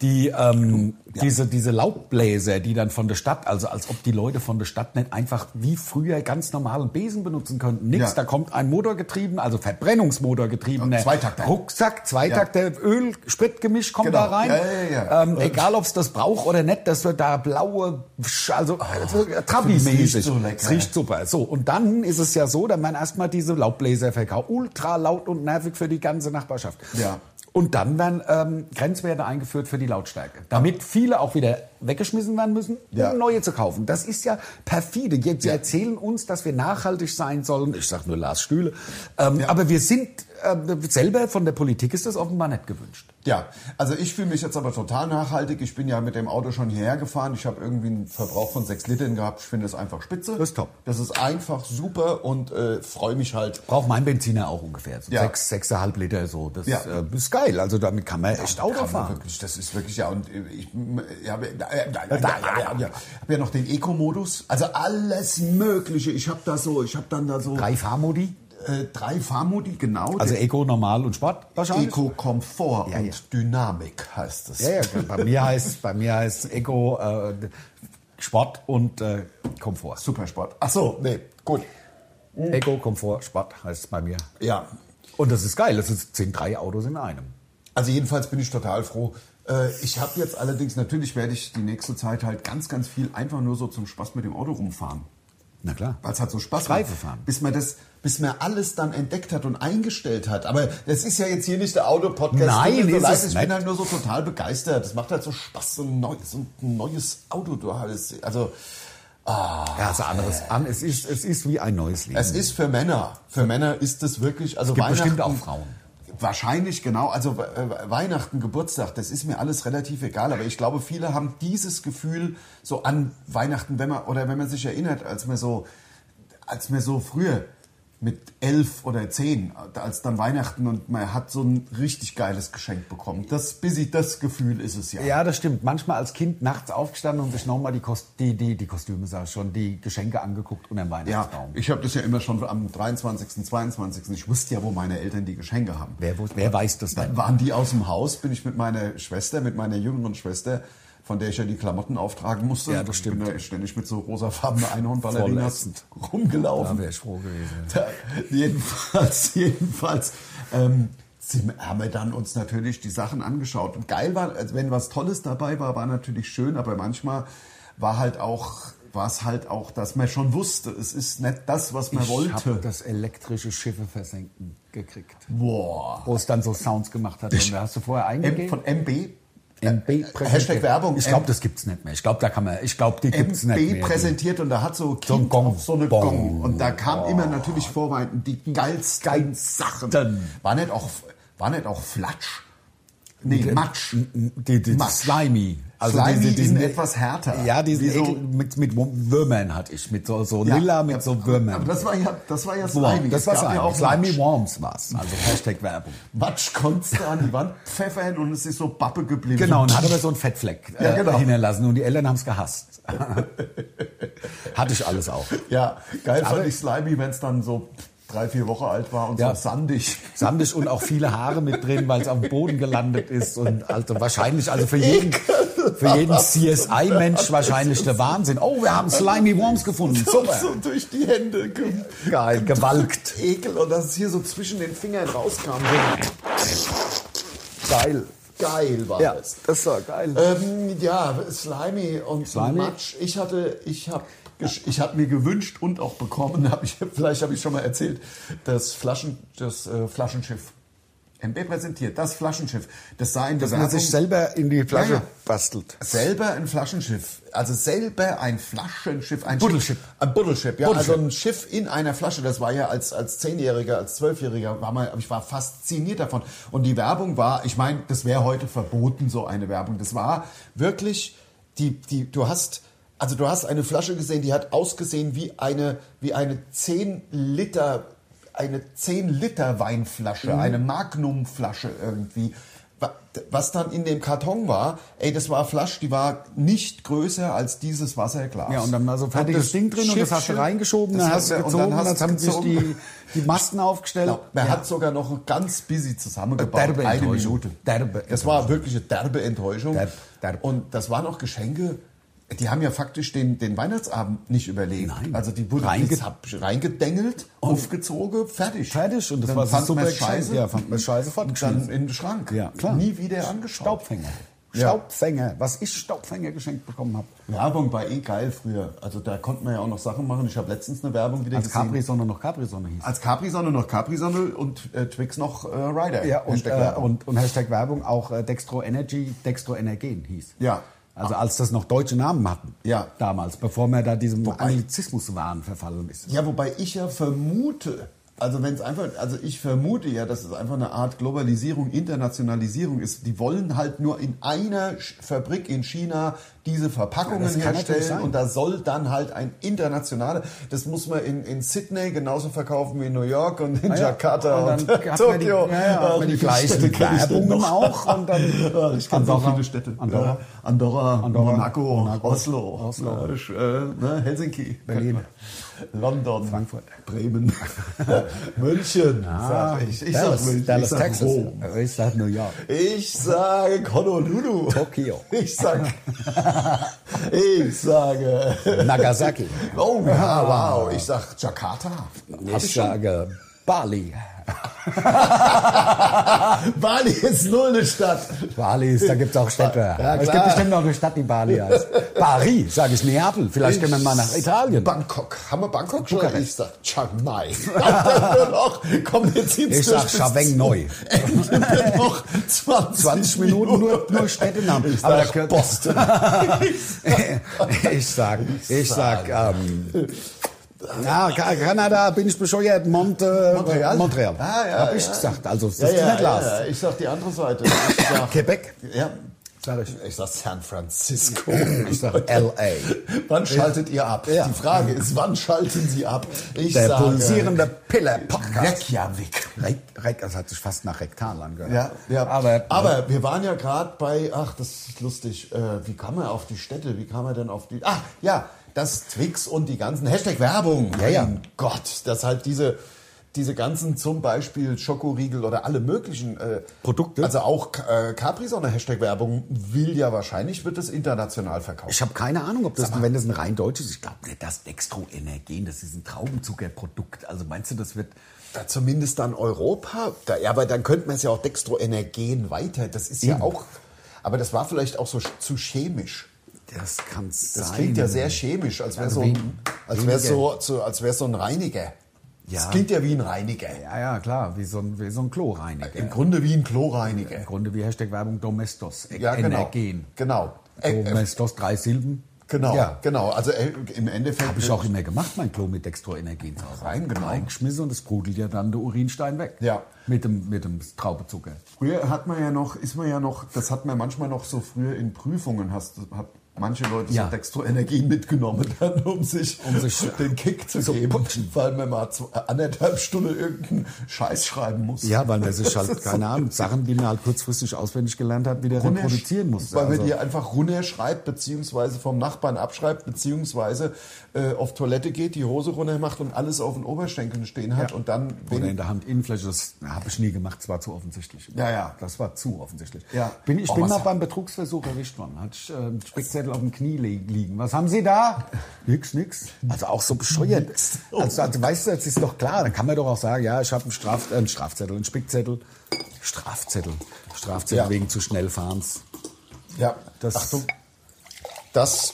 Speaker 3: die, ähm, diese, diese Laubbläser, die dann von der Stadt, also als ob die Leute von der Stadt nicht einfach wie früher ganz normalen Besen benutzen könnten. Nix,
Speaker 2: Ja.
Speaker 3: da kommt ein motorgetrieben, also Verbrennungsmotorgetriebener
Speaker 2: Ja, Zweitakter.
Speaker 3: Rucksack, Zweitakter, Öl-Sprit-Gemisch kommt
Speaker 2: Genau.
Speaker 3: da rein.
Speaker 2: Ja, ja, ja.
Speaker 3: Ähm, egal, ob's das braucht oder nicht, dass wir da blaue, Sch- also oh, Trabi-mäßig.
Speaker 2: das riecht so lecker.
Speaker 3: Es riecht super. So, und dann ist es ja so, dass man erstmal diese Laubbläser verkauft. Ultra laut und nervig für die ganze Nachbarschaft.
Speaker 2: Ja.
Speaker 3: Und dann werden ähm, Grenzwerte eingeführt für die Lautstärke, damit viele auch wieder weggeschmissen werden müssen, um
Speaker 2: Ja.
Speaker 3: neue zu kaufen. Das ist ja perfide. Jetzt, Sie erzählen uns, dass wir nachhaltig sein sollen. Ich sage nur Lars Stühle. Ähm, Aber wir sind äh, selber von der Politik ist das offenbar nicht gewünscht.
Speaker 2: Ja, also ich fühle mich jetzt aber total nachhaltig. Ich bin ja mit dem Auto schon hierher gefahren. Ich habe irgendwie einen Verbrauch von sechs Litern gehabt. Ich finde das einfach spitze.
Speaker 3: Das ist top.
Speaker 2: Das ist einfach super und äh, freue mich halt.
Speaker 3: Braucht mein Benziner auch ungefähr. So
Speaker 2: Ja.
Speaker 3: sechs, sechseinhalb Liter so. Das
Speaker 2: Ja.
Speaker 3: äh, ist geil. Also damit kann man echt Auto
Speaker 2: Kann man
Speaker 3: fahren.
Speaker 2: Wirklich, das ist wirklich, ja, und äh, ich m- ich habe ja, ja, ja, ja, ja, ja, hab ja noch den Eco-Modus. Also alles Mögliche. Ich habe da so, ich habe dann da so
Speaker 3: Drei Fahrmodi?
Speaker 2: äh, drei Fahrmodi, genau.
Speaker 3: Also Eco, Normal und Sport wahrscheinlich?
Speaker 2: Eco-Komfort
Speaker 3: Ja,
Speaker 2: und
Speaker 3: ja.
Speaker 2: Dynamik heißt es.
Speaker 3: Ja, ja, klar. bei mir heißt bei mir heißt Eco äh, Sport und äh, Komfort.
Speaker 2: Supersport. Ach so, nee, gut.
Speaker 3: Eco, Komfort, Sport heißt es bei mir.
Speaker 2: Ja,
Speaker 3: Und das ist geil, das ist, sind drei Autos in einem.
Speaker 2: Also jedenfalls bin ich total froh. Äh, Ich habe jetzt allerdings, natürlich werde ich die nächste Zeit halt ganz, ganz viel einfach nur so zum Spaß mit dem Auto rumfahren.
Speaker 3: Na klar.
Speaker 2: Weil es halt so Spaß
Speaker 3: Streife
Speaker 2: macht.
Speaker 3: fahren.
Speaker 2: Bis man das, bis man alles dann entdeckt hat und eingestellt hat. Aber das ist ja jetzt hier nicht der Auto-Podcast.
Speaker 3: Nein,
Speaker 2: Tut mir so
Speaker 3: ist
Speaker 2: leid,
Speaker 3: es
Speaker 2: Ich
Speaker 3: nicht.
Speaker 2: bin halt nur so total begeistert. Das macht halt so Spaß, so ein neues, so ein neues Auto. Du hast, also,
Speaker 3: Ja, Ah, ist ein anderes an. Es ist Äh. es ist wie ein neues Leben.
Speaker 2: Es ist für Männer. Für Männer ist es wirklich. Also
Speaker 3: Hm. gibt
Speaker 2: Weihnachten,
Speaker 3: bestimmt auch Frauen.
Speaker 2: Wahrscheinlich, genau. Also äh, Weihnachten, Geburtstag, das ist mir alles relativ egal. Aber ich glaube, viele haben dieses Gefühl so an Weihnachten, wenn man, oder wenn man sich erinnert, als man so, als mir so früher mit elf oder zehn, als dann Weihnachten und man hat so ein richtig geiles Geschenk bekommen. Das, bis ich das Gefühl ist es ja.
Speaker 3: ja, das stimmt. Manchmal als Kind nachts aufgestanden und sich nochmal die, Kost die, die, die Kostüme, sag ich schon, die Geschenke angeguckt und am
Speaker 2: Ja,
Speaker 3: Weihnachtsbaum.
Speaker 2: ich habe das ja immer schon am 23., 22. Ich wusste ja, wo meine Eltern die Geschenke haben.
Speaker 3: Wer, wus- wer weiß das denn?
Speaker 2: Dann waren die aus dem Haus, bin ich mit meiner Schwester, mit meiner jüngeren Schwester, von der ich ja die Klamotten auftragen musste.
Speaker 3: Ja, das
Speaker 2: Ich bin
Speaker 3: stimmt.
Speaker 2: da ständig mit so rosafarbener Einhornballerinas
Speaker 3: Voll ätzend.
Speaker 2: rumgelaufen.
Speaker 3: wär ich froh gewesen.
Speaker 2: Da, jedenfalls, jedenfalls ähm, sind, haben wir dann uns natürlich die Sachen angeschaut. Und geil war, also wenn was Tolles dabei war, war natürlich schön, aber manchmal war halt auch war es halt auch, dass man schon wusste, es ist nicht das, was man
Speaker 3: Ich
Speaker 2: wollte.
Speaker 3: habe das elektrische Schiffe versenken gekriegt.
Speaker 2: Boah.
Speaker 3: Wo es dann so Sounds gemacht hat. Und da hast du vorher
Speaker 2: M,
Speaker 3: eingegeben?
Speaker 2: von MB
Speaker 3: MB
Speaker 2: Hashtag Werbung.
Speaker 3: Ich glaube, das gibt's nicht mehr. Ich glaube, da kann man. Ich glaube, die gibt's nicht
Speaker 2: MB
Speaker 3: mehr.
Speaker 2: präsentiert und da hat so,
Speaker 3: So ein
Speaker 2: Kind
Speaker 3: Gong.
Speaker 2: auf so eine
Speaker 3: Bong.
Speaker 2: Gong. Und da kam immer natürlich vorweilen die geilsten
Speaker 3: Geilsten.
Speaker 2: Sachen. War nicht auch, war nicht auch Flatsch? Nee, Matsch.
Speaker 3: die, die, die
Speaker 2: Matsch.
Speaker 3: Slimy. Also
Speaker 2: Slimy
Speaker 3: diese-
Speaker 2: ist etwas härter.
Speaker 3: Ja, diesen
Speaker 2: Wie so-
Speaker 3: Ekel mit, mit Würmern hatte ich. Mit so, so
Speaker 2: Ja.
Speaker 3: Lila mit so Würmern.
Speaker 2: Aber das war ja, das war ja
Speaker 3: Slimy.
Speaker 2: Slimy.
Speaker 3: Das
Speaker 2: Es
Speaker 3: war
Speaker 2: gab
Speaker 3: Slimy.
Speaker 2: ja auch
Speaker 3: Slimy
Speaker 2: Matsch.
Speaker 3: Worms war's. Also Hashtag Werbung.
Speaker 2: Matsch konntest du an die Wand pfeffern und es ist so Bappe geblieben.
Speaker 3: Genau, und hat aber so einen Fettfleck äh,
Speaker 2: Ja, genau.
Speaker 3: hinterlassen. Und die Eltern haben's gehasst. hatte ich alles auch.
Speaker 2: Ja, geil
Speaker 3: Aber-
Speaker 2: fand ich Slimy, wenn es dann so drei, vier Wochen alt war und
Speaker 3: Ja.
Speaker 2: so sandig.
Speaker 3: sandig und auch viele Haare mit drin, weil es auf dem Boden gelandet ist und also wahrscheinlich also für jeden für jeden CSI Mensch wahrscheinlich der Wahnsinn. Oh, wir haben slimy Worms gefunden. Super.
Speaker 2: So durch die Hände ge
Speaker 3: Geil, gewalkt.
Speaker 2: Ekel und dass es hier so zwischen den Fingern rauskam. Geil. Geil war
Speaker 3: Ja,
Speaker 2: das.
Speaker 3: das war geil.
Speaker 2: Ähm, ja, Slimy und
Speaker 3: Slimy?
Speaker 2: Matsch. Ich hatte, ich habe ich hab mir gewünscht und auch bekommen, hab ich, vielleicht habe ich schon mal erzählt, das, Flaschen, das äh, Flaschenschiff. MB präsentiert, das Flaschenschiff. Das sah in
Speaker 3: Dass man
Speaker 2: Bewerbung-
Speaker 3: sich selber in die Flasche
Speaker 2: Ja, ja.
Speaker 3: bastelt.
Speaker 2: Selber ein Flaschenschiff, also selber ein Flaschenschiff, ein
Speaker 3: Buddelschiff.
Speaker 2: Schiff, ein Buddelschiff, ja,
Speaker 3: Buddelschiff.
Speaker 2: also ein Schiff in einer Flasche. Das war ja als als zehnjähriger, als zwölfjähriger war mal, ich war fasziniert davon. Und die Werbung war, ich meine, das wäre heute verboten, so eine Werbung. Das war wirklich die die, du hast also du hast eine Flasche gesehen, die hat ausgesehen wie eine wie eine 10 Liter eine 10-Liter-Weinflasche, eine Magnum-Flasche irgendwie. Wa- Was dann in dem Karton war, ey, das war Flasche, die war nicht größer als dieses Wasserglas.
Speaker 3: Ja, und dann war so ein fertiges
Speaker 2: das
Speaker 3: Ding drin und das
Speaker 2: Schiffchen-
Speaker 3: hast du reingeschoben,
Speaker 2: Das
Speaker 3: dann
Speaker 2: hat
Speaker 3: hast du
Speaker 2: er- und
Speaker 3: gezogen,
Speaker 2: dann hast
Speaker 3: dann,
Speaker 2: du
Speaker 3: haben sich die,
Speaker 2: gezogen.
Speaker 3: die Masten aufgestellt.
Speaker 2: Genau. Man hat sogar noch ganz busy zusammengebaut.
Speaker 3: Derbe
Speaker 2: eine
Speaker 3: Enttäuschung.
Speaker 2: Minute.
Speaker 3: Derbe
Speaker 2: das war wirklich eine derbe Enttäuschung.
Speaker 3: Derb, derb.
Speaker 2: Und das waren auch Geschenke. Die haben ja faktisch den, den Weihnachtsabend nicht überlegt.
Speaker 3: Nein.
Speaker 2: Also die wurde
Speaker 3: Reinge-
Speaker 2: das hab ich reingedengelt, aufgezogen, fertig.
Speaker 3: Fertig und das
Speaker 2: dann
Speaker 3: war
Speaker 2: fand
Speaker 3: super
Speaker 2: man's
Speaker 3: Geschenk.
Speaker 2: scheiße.
Speaker 3: Ja, fand man's scheiße,
Speaker 2: und
Speaker 3: fortgeschmissen.
Speaker 2: dann in den Schrank.
Speaker 3: Ja, klar.
Speaker 2: Nie wieder angeschaut.
Speaker 3: Staubfänger.
Speaker 2: Ja.
Speaker 3: Staubfänger, was ich Staubfänger geschenkt bekommen habe.
Speaker 2: Werbung war eh geil früher. Also da konnte man ja auch noch Sachen machen. Ich habe letztens eine Werbung wieder
Speaker 3: Als
Speaker 2: gesehen.
Speaker 3: Capri-Sonne noch Capri-Sonne hieß.
Speaker 2: Als Capri-Sonne noch Capri-Sonne und äh, Twix noch äh, Rider.
Speaker 3: Ja, und,
Speaker 2: Hashtag
Speaker 3: äh,
Speaker 2: Werbung.
Speaker 3: und, und Hashtag Werbung auch äh, Dextro Energy, Dextro Energen hieß.
Speaker 2: Ja.
Speaker 3: Also als das noch deutsche Namen hatten.
Speaker 2: Ja.
Speaker 3: Damals, bevor man da diesem
Speaker 2: Wobei-
Speaker 3: Anglizismuswahn verfallen ist.
Speaker 2: Ja, wobei ich ja vermute, also wenn es einfach, also ich vermute ja, dass es einfach eine Art Globalisierung, Internationalisierung ist. Die wollen halt nur in einer Sch- Fabrik in China diese
Speaker 3: Ja,
Speaker 2: Verpackungen
Speaker 3: das kann natürlich sein.
Speaker 2: herstellen und da soll dann halt ein internationaler, das muss man in, in Sydney genauso verkaufen wie in New York und in
Speaker 3: Ah ja.
Speaker 2: Jakarta und,
Speaker 3: und dann hat man die,
Speaker 2: Tokio. Also
Speaker 3: ja, ja, hat
Speaker 2: Ach,
Speaker 3: man die
Speaker 2: wie viele Städte
Speaker 3: gleichen
Speaker 2: kenn ich denn
Speaker 3: Werbungen
Speaker 2: noch?
Speaker 3: auch und dann
Speaker 2: Ja, ich kenne so
Speaker 3: Andorra.
Speaker 2: viele Städte.
Speaker 3: Andorra.
Speaker 2: Ja, Andorra,
Speaker 3: Andorra,
Speaker 2: Monaco,
Speaker 3: Monaco,
Speaker 2: Oslo,
Speaker 3: Oslo.
Speaker 2: Ja, ich, äh, ne, Helsinki,
Speaker 3: Berlin.
Speaker 2: London,
Speaker 3: Frankfurt. Ah,
Speaker 2: Bremen, München, sag ich. Ich sag München,
Speaker 3: Dallas,
Speaker 2: ich sag
Speaker 3: Texas.
Speaker 2: Rom.
Speaker 3: Ich sag New York.
Speaker 2: Ich sage Honolulu.
Speaker 3: Tokio.
Speaker 2: Ich sag. ich sage.
Speaker 3: Nagasaki. Ah.
Speaker 2: Oh, ja, wow. Ich sag Jakarta.
Speaker 3: Ich, sage Bali.
Speaker 2: Bali ist null eine Stadt.
Speaker 3: Bali, ist- da gibt es auch Städte.
Speaker 2: Ja,
Speaker 3: es gibt
Speaker 2: klar.
Speaker 3: bestimmt noch eine Stadt, die Bali heißt. Paris, sage ich Neapel. Vielleicht können wir mal nach Italien.
Speaker 2: Bangkok. Haben wir Bangkok schon?
Speaker 3: Bukarest.
Speaker 2: Ich sag Chiang Mai. Nur noch, komm, jetzt hin's
Speaker 3: Ich sag
Speaker 2: durch bis
Speaker 3: Chaveng Neu.
Speaker 2: Ende nur noch 20,
Speaker 3: 20 Minuten nur, nur Städtenamen.
Speaker 2: Ich sag
Speaker 3: gehört-
Speaker 2: Boston.
Speaker 3: ich sag, ich sag, ähm, ja, Ka- Kanada, bin ich bescheuert, Mont, äh,
Speaker 2: Montreal?
Speaker 3: Montreal.
Speaker 2: Ah, ja,
Speaker 3: Hab ich
Speaker 2: ja.
Speaker 3: gesagt, also das
Speaker 2: ja,
Speaker 3: ist
Speaker 2: ja,
Speaker 3: nicht Glas.
Speaker 2: ja, ja. Ich sag die andere Seite. Ich sag,
Speaker 3: Quebec,
Speaker 2: ja.
Speaker 3: sag ich.
Speaker 2: Ich sag San Francisco.
Speaker 3: Ich sag L.A.
Speaker 2: Wann schaltet ihr ab?
Speaker 3: Ja.
Speaker 2: Die Frage ist, wann schalten sie ab? Ich
Speaker 3: Der
Speaker 2: sage
Speaker 3: pulsierende Pille-Podcast.
Speaker 2: Reykjavik.
Speaker 3: Rek, Rek, das hat sich fast nach Rektal angehört.
Speaker 2: Ja, ja.
Speaker 3: Aber,
Speaker 2: aber wir waren ja gerade bei, ach, das ist lustig, äh, wie kam er auf die Städte, wie kam er denn auf die, ach, ja, das Twix und die ganzen, Hashtag Werbung,
Speaker 3: Ja, ja.
Speaker 2: mein Gott, dass halt diese, diese ganzen zum Beispiel Schokoriegel oder alle möglichen äh,
Speaker 3: Produkte?
Speaker 2: also auch äh, Capri-Sonne, Hashtag Werbung, will ja wahrscheinlich, wird das international verkauft.
Speaker 3: Ich habe keine Ahnung, ob das, wenn das ein rein deutsches ist, ich glaube nicht, das Dextroenergen, das ist ein Traubenzuckerprodukt. Also meinst du, das wird,
Speaker 2: Ja, zumindest dann Europa. Da, ja, aber dann könnte man es ja auch Dextroenergen weiter, das ist ja
Speaker 3: Eben.
Speaker 2: auch, aber das war vielleicht auch so sch- zu chemisch.
Speaker 3: das kann sein.
Speaker 2: Das klingt ja sehr chemisch, als wäre
Speaker 3: Also
Speaker 2: so,
Speaker 3: wen-
Speaker 2: ein- als wär
Speaker 3: weniger.
Speaker 2: so, so, als wär so ein Reiniger.
Speaker 3: Ja.
Speaker 2: Das klingt ja wie ein Reiniger.
Speaker 3: Ja, ja, klar, wie so ein, wie so ein Kloreiniger.
Speaker 2: Im Grunde wie ein Kloreiniger.
Speaker 3: Im Grunde wie Hashtag Werbung Domestos. E-
Speaker 2: Ja, genau.
Speaker 3: Energen.
Speaker 2: Genau. Äh, äh,
Speaker 3: Domestos, drei Silben.
Speaker 2: genau,
Speaker 3: Ja.
Speaker 2: genau. Also äh, im Endeffekt.
Speaker 3: Habe ich auch immer gemacht, mein Klo mit Dextroenergen zu Hause.
Speaker 2: Rein, genau.
Speaker 3: Reingeschmissen und es sprudelt ja dann der Urinstein weg.
Speaker 2: Ja.
Speaker 3: Mit dem, mit dem Traubenzucker.
Speaker 2: äh, Früher hat man ja noch, ist man ja noch, das hat man manchmal noch so früher in Prüfungen, hast, hat manche Leute
Speaker 3: Ja.
Speaker 2: so Dextroenergie mitgenommen, dann, um sich,
Speaker 3: Um sich
Speaker 2: den Kick zu
Speaker 3: zu
Speaker 2: geben,
Speaker 3: putschen.
Speaker 2: weil man mal zwei, anderthalb Stunden irgendeinen Scheiß schreiben muss.
Speaker 3: Ja, weil man sich halt, keine Ahnung, Sachen, die man halt kurzfristig auswendig gelernt hat, wieder
Speaker 2: runter-
Speaker 3: reproduzieren muss. Also
Speaker 2: Weil man die einfach runterschreibt, beziehungsweise vom Nachbarn abschreibt, beziehungsweise äh, auf Toilette geht, die Hose runter macht und alles auf den Oberschenkeln stehen hat und dann.
Speaker 3: Oder in der Hand Innenfläche, das habe ich nie gemacht, das war zu offensichtlich.
Speaker 2: Ja, ja.
Speaker 3: Das war zu offensichtlich.
Speaker 2: Ja.
Speaker 3: Bin, ich
Speaker 2: Oh,
Speaker 3: bin
Speaker 2: was-
Speaker 3: mal beim Betrugsversuch erwischt worden. Hatte ich äh, einen Spickzettel auf dem Knie li- liegen. Was haben Sie da? Nix, nix. Also auch so bescheuert. Also, also weißt du, das ist doch klar. Dann kann man doch auch sagen, ja, ich habe einen, Straf, äh, einen Strafzettel, einen Spickzettel. Strafzettel. Strafzettel
Speaker 2: Ja.
Speaker 3: wegen zu schnell fahrens.
Speaker 2: ja,
Speaker 3: Das-
Speaker 2: Achtung. Das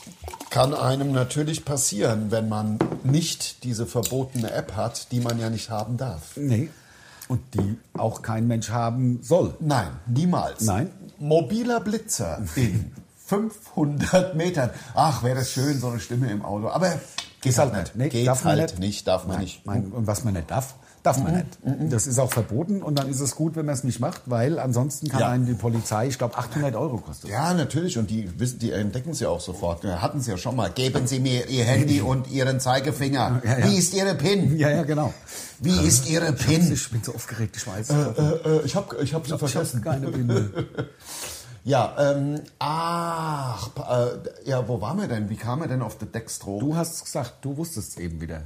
Speaker 2: kann einem natürlich passieren, wenn man nicht diese verbotene App hat, die man ja nicht haben darf.
Speaker 3: Nee. Und die auch kein Mensch haben soll.
Speaker 2: Nein, niemals.
Speaker 3: Nein.
Speaker 2: Mobiler Blitzer in 500 Metern. Ach, wäre das schön, so eine Stimme im Auto. Aber geht
Speaker 3: halt
Speaker 2: halt nicht.
Speaker 3: nicht. Nee,
Speaker 2: geht
Speaker 3: darf man
Speaker 2: halt
Speaker 3: nicht.
Speaker 2: nicht, darf man
Speaker 3: Nein,
Speaker 2: nicht.
Speaker 3: nein, und was man nicht darf, Darf man nicht. Das ist auch verboten und dann ist es gut, wenn man es nicht macht, weil ansonsten kann
Speaker 4: Ja.
Speaker 3: einen die Polizei, ich glaube, 800 Euro kosten.
Speaker 2: Ja, natürlich. Und die wissen, die entdecken es ja auch sofort. Wir hatten es ja schon mal. Geben Sie mir Ihr Handy und Ihren Zeigefinger.
Speaker 3: Ja, ja.
Speaker 2: Wie ist Ihre PIN?
Speaker 3: Ja, ja, genau.
Speaker 2: Wie ist Ihre PIN?
Speaker 3: Ich bin so aufgeregt, ich weiß.
Speaker 2: äh, ich habe ich hab sie
Speaker 3: ich hab keine Binde.
Speaker 2: Ja, ähm, ach, pa- äh, ja, wo waren wir denn? Wie kam er denn auf The Dextro?
Speaker 3: Du hast es gesagt, du wusstest es eben wieder.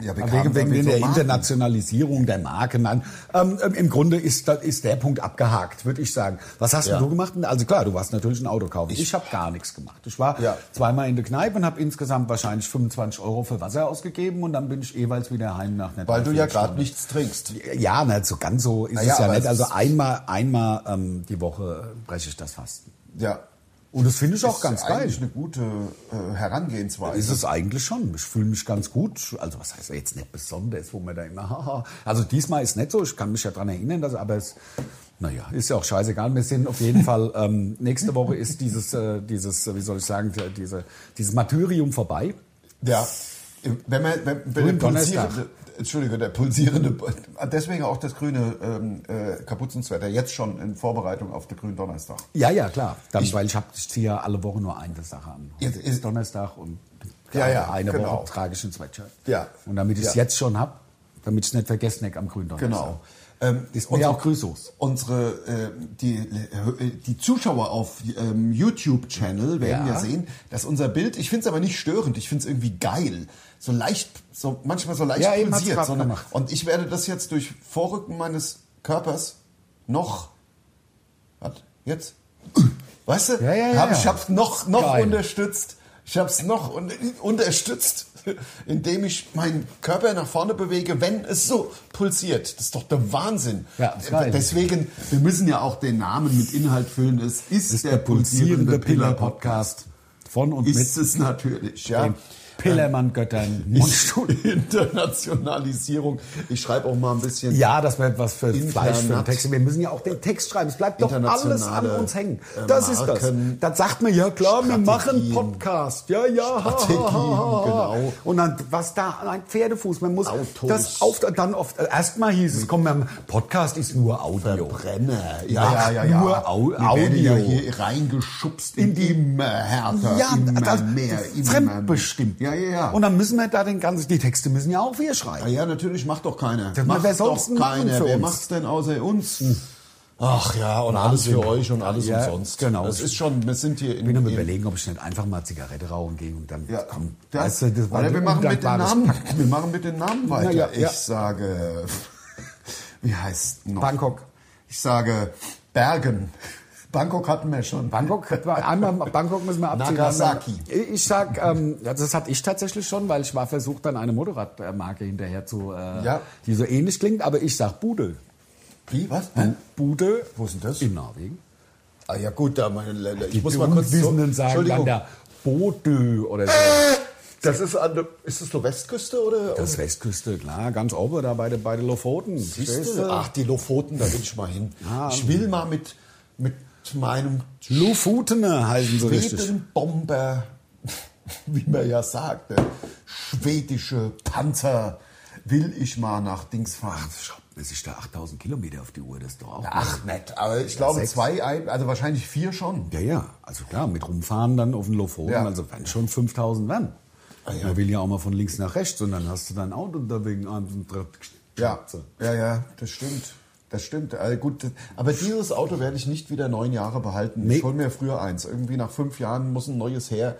Speaker 2: ja, wir
Speaker 3: Aber
Speaker 2: kamen
Speaker 3: Wegen,
Speaker 2: dann
Speaker 3: wegen
Speaker 2: mit
Speaker 3: der
Speaker 2: so Marken.
Speaker 3: Internationalisierung der Marken. Nein, ähm, ähm, Im Grunde ist, da- ist der Punkt abgehakt, würde ich sagen. Was hast
Speaker 2: Ja.
Speaker 3: denn du gemacht? Also klar, du warst natürlich ein Auto kaufen. Ich, habe gar nichts gemacht. Ich war
Speaker 2: Ja.
Speaker 3: zweimal in der Kneipe und habe insgesamt wahrscheinlich 25 Euro für Wasser ausgegeben und dann bin ich jeweils wieder heim nach einer
Speaker 2: Weil du ja
Speaker 3: Dreiviertelstunde.
Speaker 2: gerade nichts trinkst.
Speaker 3: Ja, na, so ganz so ist
Speaker 2: Naja,
Speaker 3: es ja
Speaker 2: aber
Speaker 3: nicht.
Speaker 2: es
Speaker 3: Also
Speaker 2: ist-
Speaker 3: einmal, einmal ähm, die Woche breche ich das Fasten.
Speaker 2: Ja.
Speaker 3: Und das finde ich auch ganz geil.
Speaker 2: eigentlich eine gute äh, Herangehensweise.
Speaker 3: Ist es eigentlich schon. Ich fühle mich ganz gut. Also was heißt jetzt nicht besonders, wo man da immer... haha. also diesmal ist nicht so. Ich kann mich ja dran erinnern, dass, aber es... Naja, ist ja auch scheißegal. Wir sind auf jeden Fall... Ähm, nächste Woche ist dieses, äh, dieses, äh, wie soll ich sagen, äh, diese, dieses Martyrium vorbei.
Speaker 2: Ja. Wenn man, wenn, wenn der
Speaker 3: Donnerstag.
Speaker 2: pulsierende, Entschuldige, der pulsierende, deswegen auch das grüne ähm, äh, Kapuzenzwetter, jetzt schon in Vorbereitung auf den grünen Donnerstag.
Speaker 3: Ja, ja, klar. Dann, weil ich, hab- ich ziehe ja alle Woche nur eine Sache an.
Speaker 2: Jetzt
Speaker 3: Heute
Speaker 2: ist-
Speaker 3: Donnerstag und
Speaker 2: Ja, ja,
Speaker 3: eine
Speaker 2: genau.
Speaker 3: Woche trage ich ein Sweatshirt.
Speaker 2: Ja.
Speaker 3: Und damit ich es
Speaker 2: Ja.
Speaker 3: jetzt schon habe, damit ich es nicht vergessen habe am grünen Donnerstag.
Speaker 2: Genau. Ähm,
Speaker 3: Ist mir ja auch Grüßos.
Speaker 2: Unsere, äh, die, äh, die Zuschauer auf ähm, YouTube-Channel werden ja.
Speaker 3: Ja.
Speaker 2: sehen, dass unser Bild, ich finde es aber nicht störend, ich finde es irgendwie geil. So leicht, so manchmal so leicht
Speaker 3: Ja, eben hat's
Speaker 2: pulsiert.
Speaker 3: grad
Speaker 2: Sondern,
Speaker 3: gemacht.
Speaker 2: und ich werde das jetzt durch Vorrücken meines Körpers noch, was, jetzt, weißt du,
Speaker 3: Ja, ja, ja,
Speaker 2: hab,
Speaker 3: ja.
Speaker 2: ich hab's noch, noch
Speaker 3: Geil.
Speaker 2: unterstützt. Ich habe es noch un unterstützt, indem ich meinen Körper nach vorne bewege, wenn es so pulsiert. Das ist doch der Wahnsinn.
Speaker 3: Ja, ist geil.
Speaker 2: Äh, Deswegen, wir müssen ja auch den Namen mit Inhalt füllen. Es ist,
Speaker 3: ist
Speaker 2: der pulsierende Piller-Podcast.
Speaker 3: Piller-Podcast von und
Speaker 2: Ist äh,
Speaker 3: mit
Speaker 2: es natürlich, ja.
Speaker 3: den Pillermann-Göttern.
Speaker 2: Ich, Internationalisierung. Ich schreibe auch mal ein bisschen.
Speaker 3: Ja, das wird was für
Speaker 2: Internat-
Speaker 3: Fleisch für den Text. Wir müssen ja auch den Text schreiben. Es bleibt doch alles an
Speaker 2: Internationale,
Speaker 3: uns hängen.
Speaker 2: äh,
Speaker 3: Das ist das.
Speaker 2: Marken-
Speaker 3: Dann sagt man, ja klar, wir machen
Speaker 2: Strategien.
Speaker 3: Podcast. Ja, ja. ha, ha, ha,
Speaker 2: Strategien,
Speaker 3: ha, ha.
Speaker 2: genau.
Speaker 3: Und dann, was da, ein Pferdefuß. Man muss
Speaker 2: Autos.
Speaker 3: das auf, dann oft, erstmal hieß es, komm, wir haben- Podcast ist nur Audio.
Speaker 2: Verbrenner.
Speaker 3: Macht nur Au-
Speaker 2: Wir werden ja
Speaker 3: Audio.
Speaker 2: hier reingeschubst
Speaker 3: In die-
Speaker 2: immer härter,
Speaker 3: Ja,
Speaker 2: immer
Speaker 3: das,
Speaker 2: mehr, immer
Speaker 3: fremdbestimmt.
Speaker 2: mehr. Ja, ja, ja.
Speaker 3: Und dann müssen wir da den ganzen, die Texte müssen ja auch wir
Speaker 2: Ja,
Speaker 3: schreiben.
Speaker 2: ja, natürlich macht doch keiner.
Speaker 3: Wer
Speaker 2: Macht
Speaker 3: soll's
Speaker 2: doch
Speaker 3: denn machen
Speaker 2: keiner.
Speaker 3: für uns?
Speaker 2: Wer
Speaker 3: Hm.
Speaker 2: macht's denn außer uns? Ach ja, und alles für euch und alles
Speaker 3: Ja,
Speaker 2: umsonst.
Speaker 3: genau.
Speaker 2: Das ist schon, wir sind hier in,
Speaker 3: Ich bin am
Speaker 2: in
Speaker 3: überlegen, ob ich nicht einfach mal Zigarette rauchen gehe und dann
Speaker 2: ja,
Speaker 3: komm.
Speaker 2: das,
Speaker 3: weißt du, das war
Speaker 2: Alter, wir
Speaker 3: ein
Speaker 2: machen mit den
Speaker 3: undankbares
Speaker 2: Namen,
Speaker 3: Pack.
Speaker 2: wir machen mit den Namen weiter.
Speaker 3: ja,
Speaker 2: ich
Speaker 3: ja.
Speaker 2: sage, wie heißt noch?
Speaker 3: Bangkok.
Speaker 2: Ich sage Bergen. Bangkok hatten wir schon.
Speaker 3: Bangkok, hat man- einmal Bangkok müssen wir abziehen.
Speaker 2: Nagasaki.
Speaker 3: Ich ich sag, ähm, ja, das hatte ich tatsächlich schon, weil ich war versucht, dann eine Motorradmarke hinterher zu, äh,
Speaker 2: Ja.
Speaker 3: die so ähnlich klingt, aber ich sag Bude.
Speaker 2: Wie, was?
Speaker 3: Bude.
Speaker 2: Wo ist denn das?
Speaker 3: In Norwegen.
Speaker 2: Hm? Ah ja gut, da meine, ich
Speaker 3: Die Unwissenden sagen dann
Speaker 2: Entschuldigung, Äh,
Speaker 3: der Bodö oder so.
Speaker 2: das ist an der, ist das nur Westküste oder?
Speaker 3: Das ist Westküste, klar, ganz oben, da bei, den- bei den Lofoten.
Speaker 2: Siehst
Speaker 3: Stehst
Speaker 2: du?
Speaker 3: du?
Speaker 2: Ach, die Lofoten, da will ich mal hin.
Speaker 3: äh, Ah,
Speaker 2: ich will mal mit, mit meinem
Speaker 3: Lofotene heißen sie richtig.
Speaker 2: Schwedenbomber, wie man ja sagt, ne? schwedische Panzer, will ich mal nach Dings fahren.
Speaker 3: Es ist da 8000 Kilometer auf die Uhr, das ist doch auch.
Speaker 2: Ach, nett, aber ich glaube
Speaker 3: sechs.
Speaker 2: zwei, ein, also wahrscheinlich vier schon.
Speaker 3: Ja, ja, also klar, mit rumfahren dann auf den Lofoten,
Speaker 2: Ja. Ah,
Speaker 3: also wenn schon 5000 werden. Man will ja auch mal von links nach rechts und dann hast du dein Auto da wegen einem
Speaker 2: Ja, ja, ja, das stimmt. Das stimmt. Also gut, das- aber dieses Auto werde ich nicht wieder neun Jahre behalten.
Speaker 3: Nee.
Speaker 2: Ich hole mir früher eins. Irgendwie nach fünf Jahren muss ein neues her.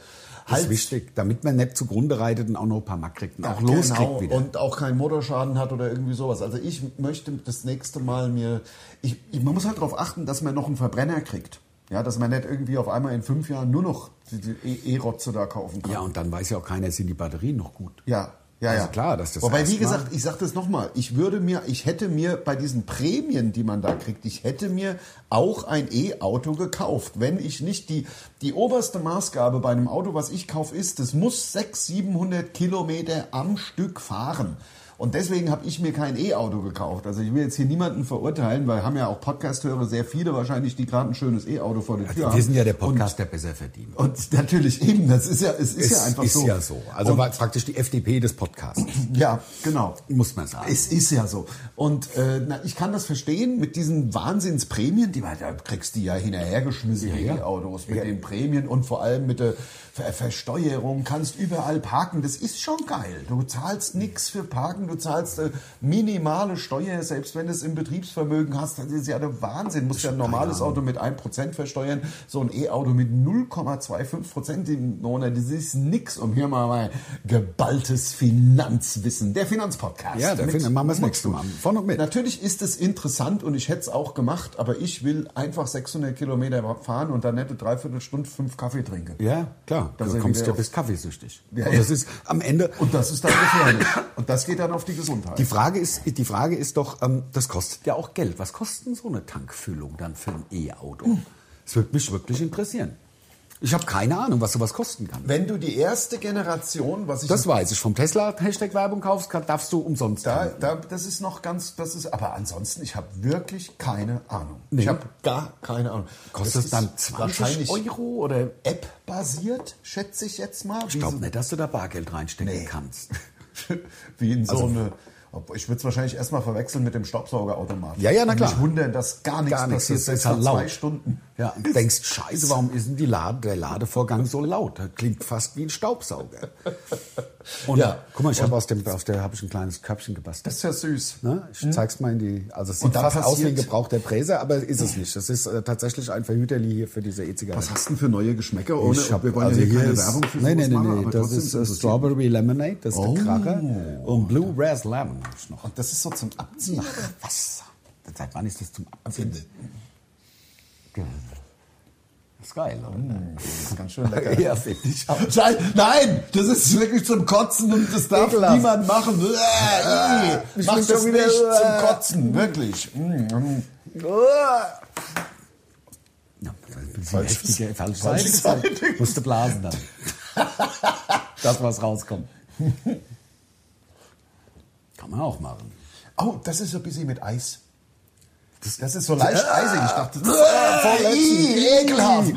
Speaker 3: Das ist wichtig, damit man nicht zugrunde reitet und auch noch ein paar Mark kriegt und auch loskriegt
Speaker 2: genau,
Speaker 3: wieder.
Speaker 2: Und auch keinen Motorschaden hat oder irgendwie sowas. Also ich möchte das nächste Mal mir. Ich, ich, man muss halt darauf achten, dass man noch einen Verbrenner kriegt. Ja, dass man nicht irgendwie auf einmal in fünf Jahren nur noch die- die E- E-Rotze da kaufen kann.
Speaker 3: ja, und dann weiß ja auch keiner, sind die Batterien noch gut.
Speaker 2: Ja, ja,
Speaker 3: Also
Speaker 2: ja.
Speaker 3: klar, dass das
Speaker 2: Wobei, wie
Speaker 3: erstmal-
Speaker 2: gesagt, ich sage das nochmal, ich würde mir, ich hätte mir bei diesen Prämien, die man da kriegt, ich hätte mir auch ein E-Auto gekauft. Wenn ich nicht die, die oberste Maßgabe bei einem Auto, was ich kaufe, ist, es muss 600, 700 Kilometer am Stück fahren. Und deswegen habe ich mir kein E-Auto gekauft. Also ich will jetzt hier niemanden verurteilen, weil haben ja auch Podcast-Hörer sehr viele wahrscheinlich, die gerade ein schönes E-Auto vor der Tür haben.
Speaker 3: Also Wir sind ja der Podcast, der besser verdient.
Speaker 2: Und natürlich eben, das ist ja, es ist ja einfach
Speaker 3: ist
Speaker 2: so.
Speaker 3: ja so. Also war praktisch die FDP des Podcasts,
Speaker 2: Ja, genau.
Speaker 3: muss man sagen.
Speaker 2: Es ist ja so. Und äh, na, ich kann das verstehen mit diesen Wahnsinnsprämien, die man, da kriegst du ja hinterhergeschmissen,
Speaker 3: ja.
Speaker 2: die Autos mit den Prämien und vor allem mit der Ver Versteuerung, kannst überall parken. Das ist schon geil. Du zahlst nichts für Parken, du zahlst äh, minimale Steuer, selbst wenn du es im Betriebsvermögen hast. Das ist ja der Wahnsinn. Musst ja ein normales Auto mit 1% versteuern, so ein E-Auto mit 0,25% im Monat. Das ist nix, um hier mal mein geballtes Finanzwissen. Der Finanzpodcast.
Speaker 3: Ja, da
Speaker 2: Mit
Speaker 3: finden- machen wir das
Speaker 2: Mutschul.
Speaker 3: nächste Mal. Von und mit.
Speaker 2: Natürlich ist es interessant und ich hätte es auch gemacht, aber ich will einfach 600 Kilometer fahren und dann nette Dreiviertelstunde fünf Kaffee trinken.
Speaker 3: ja, klar.
Speaker 2: Da
Speaker 3: Du
Speaker 2: sind
Speaker 3: kommst
Speaker 2: wir
Speaker 3: ja
Speaker 2: auf-
Speaker 3: bis kaffeesüchtig.
Speaker 2: Ja,
Speaker 3: und
Speaker 2: ja.
Speaker 3: das ist am Ende.
Speaker 2: Und das ist dann gefährlich. Und das geht dann auf die Gesundheit.
Speaker 3: Die Frage ist, die Frage ist doch, ähm, das kostet ja auch Geld. Was kostet denn so eine Tankfüllung dann für ein E-Auto?
Speaker 2: Hm.
Speaker 3: Das würde mich wirklich interessieren. Ich habe keine Ahnung, was sowas kosten kann.
Speaker 2: Wenn du die erste Generation, was ich
Speaker 3: Das weiß ich. Vom Tesla-Hashtag-Werbung kaufst, kann, darfst du umsonst
Speaker 2: da,
Speaker 3: tanken.
Speaker 2: da, das ist noch ganz, das ist, aber ansonsten, ich habe wirklich keine Ahnung.
Speaker 3: Nee.
Speaker 2: Ich habe gar keine Ahnung.
Speaker 3: Kostet das
Speaker 2: ist
Speaker 3: dann 20
Speaker 2: wahrscheinlich
Speaker 3: Euro oder?
Speaker 2: App-basiert, schätze ich jetzt mal.
Speaker 3: Ich glaube nicht, dass du da Bargeld reinstecken
Speaker 2: Nee.
Speaker 3: kannst.
Speaker 2: Wie in so eine. Ob- Ich würde es wahrscheinlich erstmal verwechseln mit dem Staubsaugerautomaten.
Speaker 3: Ja, ja, na
Speaker 2: Und
Speaker 3: klar.
Speaker 2: Mich wundern, dass gar nichts
Speaker 3: Gar nichts,
Speaker 2: passiert.
Speaker 3: das
Speaker 2: selbst
Speaker 3: ist halt
Speaker 2: nach zwei
Speaker 3: laut.
Speaker 2: Stunden.
Speaker 3: Ja, und denkst, scheiße, warum ist denn die Lade, der Ladevorgang so laut? Das klingt fast wie ein Staubsauger. Und
Speaker 2: Ja.
Speaker 3: guck mal, ich habe aus dem, auf der habe ich ein kleines Köpfchen gebastelt.
Speaker 2: Das ist ja süß.
Speaker 3: Ne? Ich zeig's mal in die. Also es
Speaker 2: Und
Speaker 3: sieht
Speaker 2: dann
Speaker 3: fast aus wie ein
Speaker 2: passiert-
Speaker 3: gebrauchter Präser, aber ist es nicht. Das ist äh, tatsächlich ein Verhüterli hier für diese
Speaker 2: Was
Speaker 3: E-Zigarette.
Speaker 2: hast du denn für neue Geschmäcker? Ohne,
Speaker 3: Ich hab- also
Speaker 2: wir wollen ja also hier keine Werbung für
Speaker 3: Nee, nee,
Speaker 2: sowas
Speaker 3: nee,
Speaker 2: machen,
Speaker 3: nee.
Speaker 2: aber
Speaker 3: Das
Speaker 2: trotzdem
Speaker 3: ist äh,
Speaker 2: interessiert.
Speaker 3: Strawberry Lemonade, das ist
Speaker 2: Oh.
Speaker 3: der Kracher. Und Blue Ras Lemon hab ich noch.
Speaker 2: Und das ist so zum Abziehen.
Speaker 3: Was? Seit wann ist das zum Abfinden? Das ist geil, oder?
Speaker 2: Das ist ganz schön lecker.
Speaker 3: Ja, finde ich auch.
Speaker 2: Nein, nein, das ist wirklich zum Kotzen und das darf
Speaker 3: Ekelhaft.
Speaker 2: niemand machen. Äh, äh,
Speaker 3: Ich
Speaker 2: Mach
Speaker 3: bin
Speaker 2: das
Speaker 3: schon wieder-
Speaker 2: nicht zum Kotzen, wirklich. Mm.
Speaker 3: Ja, falsche
Speaker 2: Falsches-
Speaker 3: Seite.
Speaker 2: falsche
Speaker 3: Falsche
Speaker 2: Seite.
Speaker 3: Seite. Musste blasen dann. das, was rauskommt. Kann man auch machen.
Speaker 2: Oh, das ist so ein bisschen mit Eis. Das, das ist so leicht
Speaker 3: Ah.
Speaker 2: eisig. Ich dachte, das
Speaker 3: voll
Speaker 2: ist äh,
Speaker 3: ätzend.
Speaker 2: ekelhaft.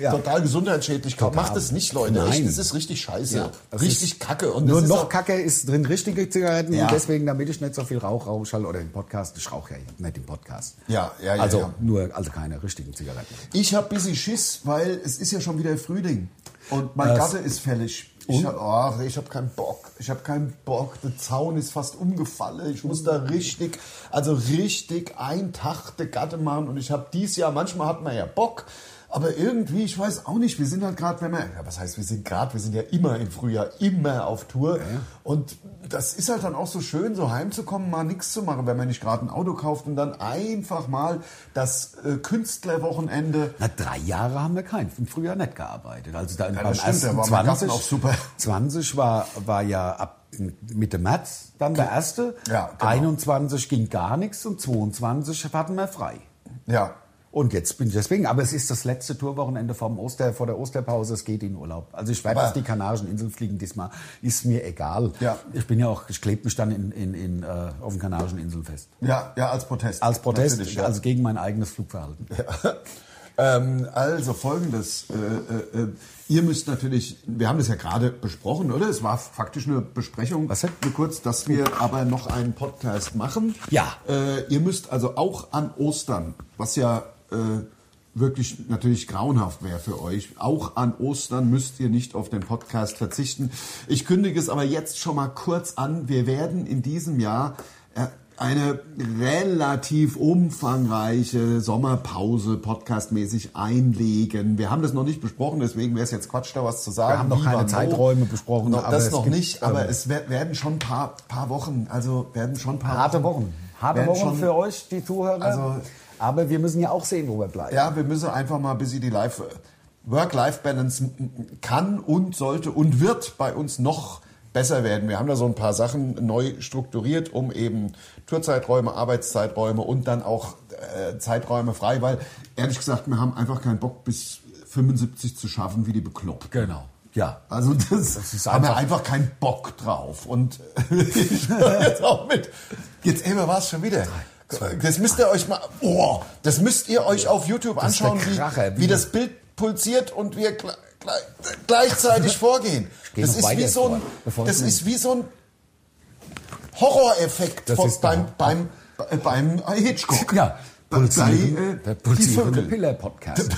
Speaker 3: Ja.
Speaker 2: Total gesundheitsschädlich. Macht das nicht, Leute.
Speaker 3: Nein.
Speaker 2: Echt, das ist richtig scheiße.
Speaker 3: Ja, das
Speaker 2: richtig
Speaker 3: ist-
Speaker 2: kacke. Und
Speaker 3: Nur
Speaker 2: das
Speaker 3: noch
Speaker 2: ist auch,
Speaker 3: Kacke ist drin richtige Zigaretten
Speaker 2: Ja.
Speaker 3: und deswegen, damit ich nicht so viel rauche, rauche ich halt oder den Podcast. Ich rauche ja nicht den Podcast.
Speaker 2: Ja, ja, ja,
Speaker 3: Also
Speaker 2: ja.
Speaker 3: nur, also keine richtigen Zigaretten.
Speaker 2: Ich habe bisschen Schiss, weil es ist ja schon wieder Frühling. Und mein
Speaker 3: Das-
Speaker 2: Gatte ist fällig. Ich habe oh, ich hab keinen Bock. Ich habe keinen Bock. Der Zaun ist fast umgefallen. Ich muss da richtig, also richtig einen Tag der Gatte machen. Und ich habe dies Jahr, manchmal hat man ja Bock. Aber irgendwie, ich weiß auch nicht, wir sind halt gerade, wenn man, ja, was heißt, wir sind gerade, wir sind ja immer im Frühjahr, immer auf Tour. Und das ist halt dann auch so schön, so heimzukommen, mal nichts zu machen, wenn man nicht gerade ein Auto kauft und dann einfach mal das äh, Künstlerwochenende
Speaker 3: Na, drei Jahre haben wir kein, im Frühjahr nicht gearbeitet. Also da beim
Speaker 2: das stimmt,
Speaker 3: ersten
Speaker 2: da war mein
Speaker 3: 20,
Speaker 2: Garten auch super.
Speaker 3: 20 war, war ja ab Mitte März dann der erste.
Speaker 2: Ja, genau.
Speaker 3: 21 ging gar nichts und 22 hatten wir frei.
Speaker 2: Ja.
Speaker 3: Und jetzt bin ich deswegen, aber es ist das letzte Tourwochenende vom Oster, vor der Osterpause, es geht in Urlaub. Also ich werde
Speaker 2: Aber-
Speaker 3: auf die Kanarischen Inseln fliegen diesmal, ist mir egal.
Speaker 2: Ja.
Speaker 3: Ich bin ja auch, ich klebe mich dann in, in, in, äh, auf den Kanarischen Inseln fest.
Speaker 2: Ja, ja, als Protest.
Speaker 3: Als Protest,
Speaker 2: Natürlich, ja.
Speaker 3: also gegen mein eigenes Flugverhalten.
Speaker 2: ähm, also folgendes. Äh, äh, äh, ihr müsst natürlich, wir haben das ja gerade besprochen, oder? Es war faktisch eine Besprechung.
Speaker 3: Was denn?
Speaker 2: Nur kurz, dass wir aber noch einen Podcast machen.
Speaker 3: Ja.
Speaker 2: Äh, ihr müsst also auch an Ostern, was ja äh, wirklich natürlich grauenhaft wäre für euch, auch an Ostern müsst ihr nicht auf den Podcast verzichten. Ich kündige es aber jetzt schon mal kurz an. Wir werden in diesem Jahr äh, eine relativ umfangreiche Sommerpause podcastmäßig einlegen. Wir haben das noch nicht besprochen, deswegen wäre es jetzt Quatsch, da was zu sagen.
Speaker 3: haben noch
Speaker 2: Wie,
Speaker 3: keine
Speaker 2: wann, wo.
Speaker 3: Zeiträume besprochen,
Speaker 2: Noch,
Speaker 3: aber
Speaker 2: das
Speaker 3: es
Speaker 2: noch
Speaker 3: gibt,
Speaker 2: nicht,
Speaker 3: Ähm.
Speaker 2: aber es wer- werden schon ein paar, paar Wochen, also werden schon ein paar
Speaker 3: Harte Wochen. Harte
Speaker 2: werden
Speaker 3: Wochen
Speaker 2: schon-
Speaker 3: für euch, die Zuhörer.
Speaker 2: Also-
Speaker 3: aber wir müssen ja auch sehen, wo wir bleiben.
Speaker 2: Ja, wir müssen einfach mal ein bisschen die Life, äh, Work-Life-Balance m- m- kann und sollte und wird bei uns noch besser werden. Wir haben da so ein paar Sachen neu strukturiert, um eben Tourzeiträume, Arbeitszeiträume und dann auch äh, Zeiträume frei, weil ehrlich gesagt, wir haben einfach keinen Bock bis 75 zu schaffen wie die Bekloppten.
Speaker 3: Genau. Ja.
Speaker 2: Also das,
Speaker 3: ist
Speaker 2: haben wir
Speaker 3: einfach-
Speaker 2: einfach keinen Bock drauf. Und äh, ich höre jetzt auch mit. Jetzt eben war es schon wieder. Das müsst ihr euch mal. Oh, das müsst ihr euch auf YouTube
Speaker 3: ist der
Speaker 2: anschauen,
Speaker 3: Kracher,
Speaker 2: wie,
Speaker 3: wie-
Speaker 2: wie das Bild pulsiert und wir gle- gle- gleichzeitig vorgehen.
Speaker 3: geh
Speaker 2: Das
Speaker 3: noch
Speaker 2: ist
Speaker 3: weiter
Speaker 2: wie so ein.
Speaker 3: vor, bevor
Speaker 2: Das
Speaker 3: ich
Speaker 2: ist wie so ein Horroreffekt
Speaker 3: Das
Speaker 2: von-
Speaker 3: ist
Speaker 2: beim,
Speaker 3: der-
Speaker 2: beim, beim Hitchcock.
Speaker 3: Ja.
Speaker 2: Bei, bei, äh,
Speaker 3: der
Speaker 2: die
Speaker 3: pulsierende
Speaker 2: Vögel.
Speaker 3: Piller Podcast.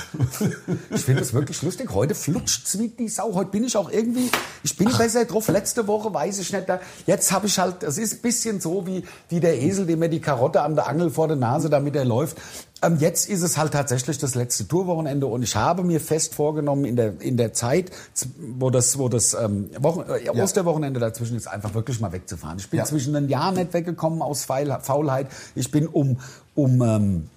Speaker 3: Ich finde es wirklich lustig. Heute flutscht's wie die Sau. Heute bin ich auch irgendwie, ich bin besser drauf. Letzte Woche weiß ich nicht. Da, jetzt habe ich halt, das ist ein bisschen so wie, wie der Esel, dem er die Karotte an der Angel vor der Nase, damit er läuft. Ähm, jetzt ist es halt tatsächlich das letzte Tourwochenende und ich habe mir fest vorgenommen, in der, in der Zeit, z- wo das, wo das ähm, Wochen, äh, Osterwochenende dazwischen ist, einfach wirklich mal wegzufahren. Ich bin
Speaker 2: Ja.
Speaker 3: zwischen den Jahren nicht weggekommen aus Feil, Faulheit. Ich bin um, um ähm,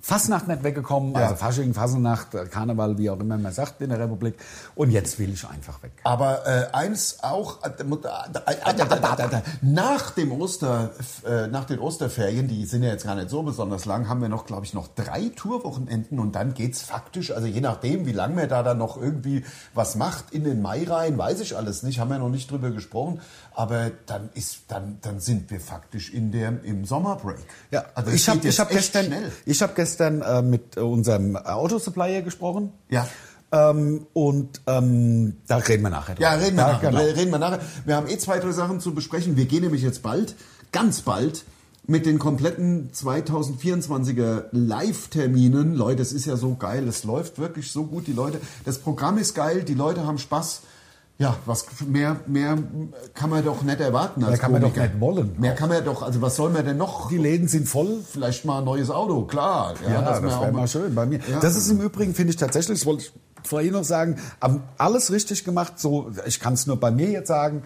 Speaker 3: Fasnacht nicht weggekommen,
Speaker 2: Ja.
Speaker 3: also Fasching, Fasnacht, Karneval, wie auch immer man sagt in der Republik. Und jetzt will ich einfach weg.
Speaker 2: Aber äh, eins auch, äh, äh, äh, äh, nach, dem Oster, äh, nach den Osterferien, die sind ja jetzt gar nicht so besonders lang, haben wir noch, glaube ich, noch drei Tourwochenenden und dann geht's faktisch, also je nachdem, wie lange man da dann noch irgendwie was macht, in den Mai rein, weiß ich alles nicht, haben wir noch nicht drüber gesprochen, aber dann, ist, dann, dann sind wir faktisch in der, im Sommerbreak. also
Speaker 3: ich habe hab gestern,
Speaker 2: Schnell.
Speaker 3: ich hab gestern äh, mit äh, unserem Autosupplier gesprochen.
Speaker 2: Ja.
Speaker 3: Ähm, und ähm, da reden wir nachher.
Speaker 2: Ja,
Speaker 3: drüber.
Speaker 2: reden wir, nachher.
Speaker 3: genau.
Speaker 2: reden wir nachher. Wir haben eh zwei, drei Sachen zu besprechen. Wir gehen nämlich jetzt bald, ganz bald, mit den kompletten 2024er Live-Terminen. Leute, es ist ja so geil. Es läuft wirklich so gut. Die Leute, das Programm ist geil. Die Leute haben Spaß. Ja, was mehr, mehr kann man doch nicht erwarten. Als
Speaker 3: kann man doch
Speaker 2: Komiker.
Speaker 3: nicht wollen.
Speaker 2: Mehr kann man doch, also was soll man denn noch?
Speaker 3: Die Läden sind voll.
Speaker 2: Vielleicht mal ein neues Auto, klar.
Speaker 3: Ja, das,
Speaker 2: man
Speaker 3: wäre
Speaker 2: auch
Speaker 3: mal schön bei mir.
Speaker 2: Ja.
Speaker 3: Das ist im Übrigen, finde ich tatsächlich, das wollte ich vorhin noch sagen, am- alles richtig gemacht, so, ich kann es nur bei mir jetzt sagen,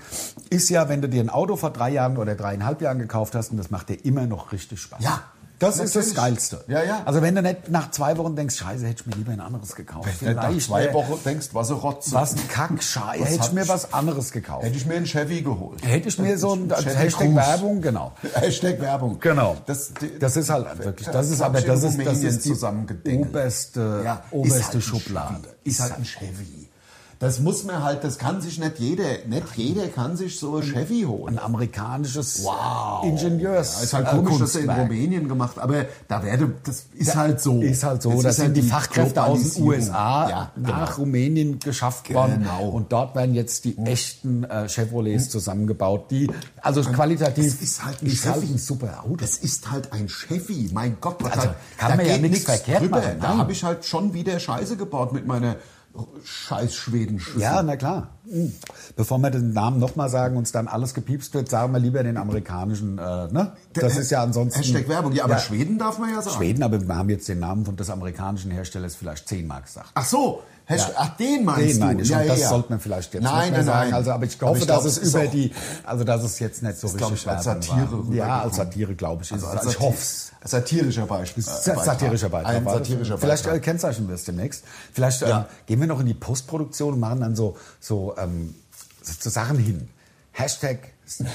Speaker 3: ist ja, wenn du dir ein Auto vor drei Jahren oder dreieinhalb Jahren gekauft hast und das macht dir immer noch richtig Spaß.
Speaker 2: Ja,
Speaker 3: Das ist das
Speaker 2: natürlich.
Speaker 3: Geilste.
Speaker 2: Ja, ja.
Speaker 3: Also wenn du nicht nach zwei Wochen denkst, scheiße, hätte ich mir lieber ein anderes gekauft.
Speaker 2: Wenn du nach
Speaker 3: Vielleicht
Speaker 2: zwei
Speaker 3: wär-
Speaker 2: Wochen denkst, äh, was ein Rotz.
Speaker 3: Was ein Kack, scheiße, hätte ich
Speaker 2: hat-
Speaker 3: mir was anderes gekauft.
Speaker 2: Hätte ich mir einen Chevy geholt.
Speaker 3: Hätte ich mir so ein
Speaker 2: Chevy
Speaker 3: Hashtag
Speaker 2: Cruze.
Speaker 3: Werbung, genau.
Speaker 2: Hashtag Werbung.
Speaker 3: Genau.
Speaker 2: Das, die- Äh,
Speaker 3: Das ist halt wirklich, das ist
Speaker 2: hab
Speaker 3: aber,
Speaker 2: ich in
Speaker 3: das ist, das
Speaker 2: Rumänien
Speaker 3: ist die
Speaker 2: zusammengedengelt.
Speaker 3: oberste,
Speaker 2: Ja, ist
Speaker 3: oberste
Speaker 2: halt ein
Speaker 3: Schublade.
Speaker 2: Chevy. Ist halt ein Chevy. Das muss man halt, das kann sich nicht jeder, nicht jeder kann sich so ein Chevy holen.
Speaker 3: Ein amerikanisches
Speaker 2: Wow.
Speaker 3: Ingenieurs.
Speaker 2: Ja, ist halt
Speaker 3: äh,
Speaker 2: komisch, dass er in
Speaker 3: Kunstwerk.
Speaker 2: Rumänien gemacht, aber da werde, das ist halt so.
Speaker 3: Ist halt so,
Speaker 2: Das
Speaker 3: da
Speaker 2: ist halt
Speaker 3: sind die Fachkräfte aus den
Speaker 2: Globalisierung.
Speaker 3: USA
Speaker 2: Ja,
Speaker 3: nach
Speaker 2: genau.
Speaker 3: Rumänien geschafft worden.
Speaker 2: Genau. Hm.
Speaker 3: Und dort werden jetzt die echten äh, Chevrolets zusammengebaut, die, also qualitativ,
Speaker 2: es ist halt ein
Speaker 3: halt
Speaker 2: Chevy.
Speaker 3: ein super Auto.
Speaker 2: Das ist halt ein Chevy, mein Gott. was
Speaker 3: Also,
Speaker 2: hat-
Speaker 3: kann man ja nichts verkehrt machen,
Speaker 2: Da
Speaker 3: nein.
Speaker 2: habe ich halt schon wieder Scheiße gebaut mit meiner scheiß schweden
Speaker 3: Ja, na klar. Mhm. Bevor wir den Namen nochmal sagen und es dann alles gepiepst wird, sagen wir lieber den amerikanischen, äh, ne? Das ist ja ansonsten.
Speaker 2: Hashtag Werbung. Ja, aber
Speaker 3: Ja.
Speaker 2: Schweden darf man ja sagen.
Speaker 3: Schweden, aber wir haben jetzt den Namen von des amerikanischen Herstellers vielleicht zehnmal gesagt.
Speaker 2: Ach so. Hasht-
Speaker 3: Ja.
Speaker 2: Ach, den meinst
Speaker 3: Den
Speaker 2: du?
Speaker 3: meine ich.
Speaker 2: Ja,
Speaker 3: und
Speaker 2: ja,
Speaker 3: das
Speaker 2: ja.
Speaker 3: sollte man vielleicht jetzt nicht
Speaker 2: nein,
Speaker 3: mehr
Speaker 2: nein,
Speaker 3: sagen.
Speaker 2: Nein.
Speaker 3: Also, aber ich hoffe,
Speaker 2: ich
Speaker 3: dass
Speaker 2: glaub,
Speaker 3: es
Speaker 2: ist
Speaker 3: über
Speaker 2: auch-
Speaker 3: die, also dass es jetzt nicht so
Speaker 2: glaub
Speaker 3: richtig
Speaker 2: ich, als
Speaker 3: Werbung
Speaker 2: Satire
Speaker 3: war. Ja, als
Speaker 2: rübergekommen.
Speaker 3: Satire glaube ich. Ist
Speaker 2: Also
Speaker 3: es.
Speaker 2: als
Speaker 3: Also, ich
Speaker 2: Satir-
Speaker 3: hoffe es.
Speaker 2: als Satirischer Beispiel.
Speaker 3: Sa- Äh, Satirischer Beitrag.
Speaker 2: Ein
Speaker 3: war das.
Speaker 2: satirischer
Speaker 3: Vielleicht äh,
Speaker 2: Beitrag.
Speaker 3: kennzeichnen wir es demnächst. Vielleicht ähm, gehen wir noch in die Postproduktion und machen dann so, so, ähm, so, so Sachen hin. Hashtag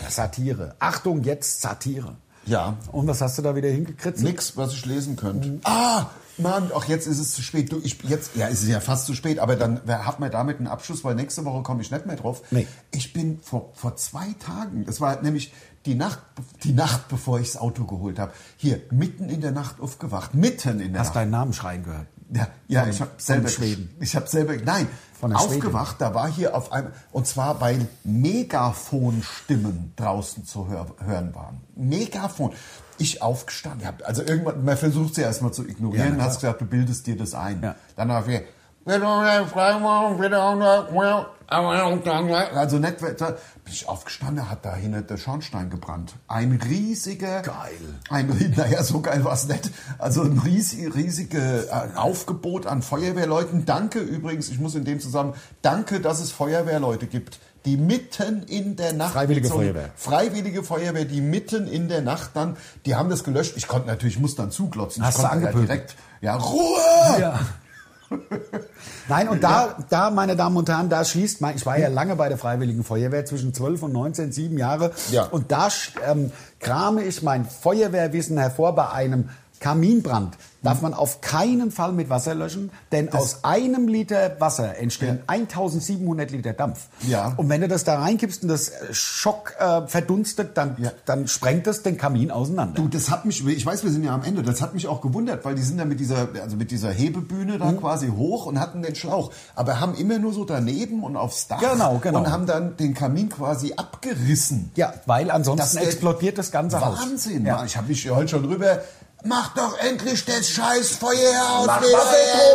Speaker 3: Satire. Achtung, jetzt Satire.
Speaker 2: Ja.
Speaker 3: Und was hast du da wieder hingekritzelt?
Speaker 2: Nix, was ich lesen könnte.
Speaker 3: Mhm.
Speaker 2: Ah, Mann, auch jetzt ist es zu spät. Du, ich, jetzt, ja, es ist ja fast zu spät, aber dann wer hat mir damit einen Abschluss, weil nächste Woche komme ich nicht mehr drauf.
Speaker 3: Nee.
Speaker 2: Ich bin vor, vor zwei Tagen, das war nämlich die Nacht, die Nacht, bevor ich das Auto geholt habe, hier mitten in der Nacht aufgewacht, mitten in der
Speaker 3: Hast
Speaker 2: Nacht.
Speaker 3: deinen Namen schreien gehört?
Speaker 2: Ja, ja
Speaker 3: Von-
Speaker 2: ich habe
Speaker 3: von
Speaker 2: selber
Speaker 3: den Schweden.
Speaker 2: Ich habe selber, nein,
Speaker 3: Von den Schweden.
Speaker 2: aufgewacht, da war hier auf einem, und zwar weil Megafonstimmen draußen zu hör, hören waren. Megafon. Ich aufgestanden habe. Also irgendwann, man versucht sie erstmal zu
Speaker 3: Ja, na
Speaker 2: ignorieren,
Speaker 3: klar.
Speaker 2: hast gesagt, du bildest dir das ein.
Speaker 3: Ja.
Speaker 2: Dann habe ich, also nicht, bin ich aufgestanden, hat da hinten der Schornstein gebrannt. Ein riesiger,
Speaker 3: Geil.
Speaker 2: ein, naja, so geil war es nicht. Also ein riesig, riesiges Aufgebot an Feuerwehrleuten. Danke übrigens, ich muss in dem zusammen, danke, dass es Feuerwehrleute gibt, die mitten in der Nacht.
Speaker 3: Freiwillige
Speaker 2: mit so einem-
Speaker 3: Feuerwehr.
Speaker 2: Freiwillige Feuerwehr, die mitten in der Nacht dann, die haben das gelöscht. Ich konnte natürlich, muss dann zuglotzen.
Speaker 3: Hast
Speaker 2: ich
Speaker 3: du
Speaker 2: konnte ja
Speaker 3: angepöbelt?
Speaker 2: direkt, ja, Ruhe!
Speaker 3: Ja. Nein, und da, da, meine Damen und Herren, da schließt mein, ich war ja lange bei der Freiwilligen Feuerwehr, zwischen 12 und 19, sieben Jahre.
Speaker 2: Ja.
Speaker 3: Und da sch- ähm, krame ich mein Feuerwehrwissen hervor bei einem Kaminbrand darf man auf keinen Fall mit Wasser löschen, denn aus einem Liter Wasser entstehen 1700 Liter Dampf.
Speaker 2: Ja.
Speaker 3: Und wenn du das da reinkippst und das äh, Schock äh, verdunstet, dann,
Speaker 2: Ja.
Speaker 3: dann sprengt das den Kamin auseinander.
Speaker 2: Du, das hat mich, ich weiß, wir sind ja am Ende, das hat mich auch gewundert, weil die sind da mit dieser, also mit dieser Hebebühne
Speaker 3: Mhm.
Speaker 2: da quasi hoch und hatten den Schlauch, aber haben immer nur so daneben und aufs Dach
Speaker 3: Genau, genau.
Speaker 2: und haben dann den Kamin quasi abgerissen.
Speaker 3: ja, weil
Speaker 2: Das
Speaker 3: ansonsten
Speaker 2: ist-
Speaker 3: explodiert das ganze Haus.
Speaker 2: Wahnsinn,
Speaker 3: Ja.
Speaker 2: Mann. ich habe mich heute schon rüber. Mach doch endlich das scheiß Feuer aus
Speaker 3: Mach
Speaker 2: dem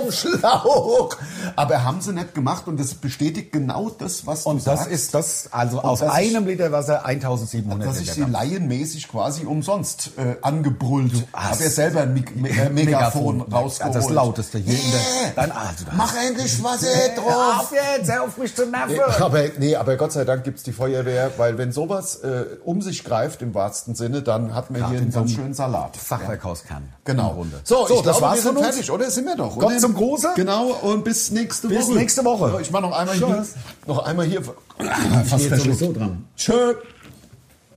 Speaker 3: was
Speaker 2: Schlauch. Aber haben sie nicht gemacht und das bestätigt genau das, was du
Speaker 3: Und das
Speaker 2: sagst.
Speaker 3: ist das, also
Speaker 2: Und
Speaker 3: aus
Speaker 2: dass ich-
Speaker 3: einem Liter Wasser 1700
Speaker 2: dass ich
Speaker 3: Liter
Speaker 2: sie
Speaker 3: Dampf.
Speaker 2: laienmäßig quasi umsonst äh, angebrüllt. Ich
Speaker 3: hast-
Speaker 2: habe ja selber ein Mik Me äh, Megafon, rausgeholt.
Speaker 3: Das lauteste hier in der.
Speaker 2: Yeah.
Speaker 3: Dann, also, da-
Speaker 2: Mach endlich was äh,
Speaker 3: Hör
Speaker 2: drauf.
Speaker 3: auf jetzt, hör auf mich zu nerven!
Speaker 2: Aber, nee, aber Gott sei Dank gibt's die Feuerwehr, weil wenn sowas äh, um sich greift im wahrsten Sinne, dann hat man hier einen
Speaker 3: in so
Speaker 2: ganz
Speaker 3: einem
Speaker 2: schönen Salat.
Speaker 3: Fachverkaufskern.
Speaker 2: Genau.
Speaker 3: Im Grunde.
Speaker 2: So,
Speaker 3: So,
Speaker 2: ich
Speaker 3: das
Speaker 2: glaube,
Speaker 3: war's
Speaker 2: wir sind
Speaker 3: von uns.
Speaker 2: fertig, oder? Sind wir doch, oder?
Speaker 3: Kommt zum Großen.
Speaker 2: Genau, und bis nächste
Speaker 3: Bis
Speaker 2: Woche.
Speaker 3: nächste Woche.
Speaker 2: Ich mache noch einmal
Speaker 3: Tschüss.
Speaker 2: hier, noch einmal hier,
Speaker 3: stehe jetzt
Speaker 2: verschluckt.
Speaker 3: sowieso dran.
Speaker 2: Tschö.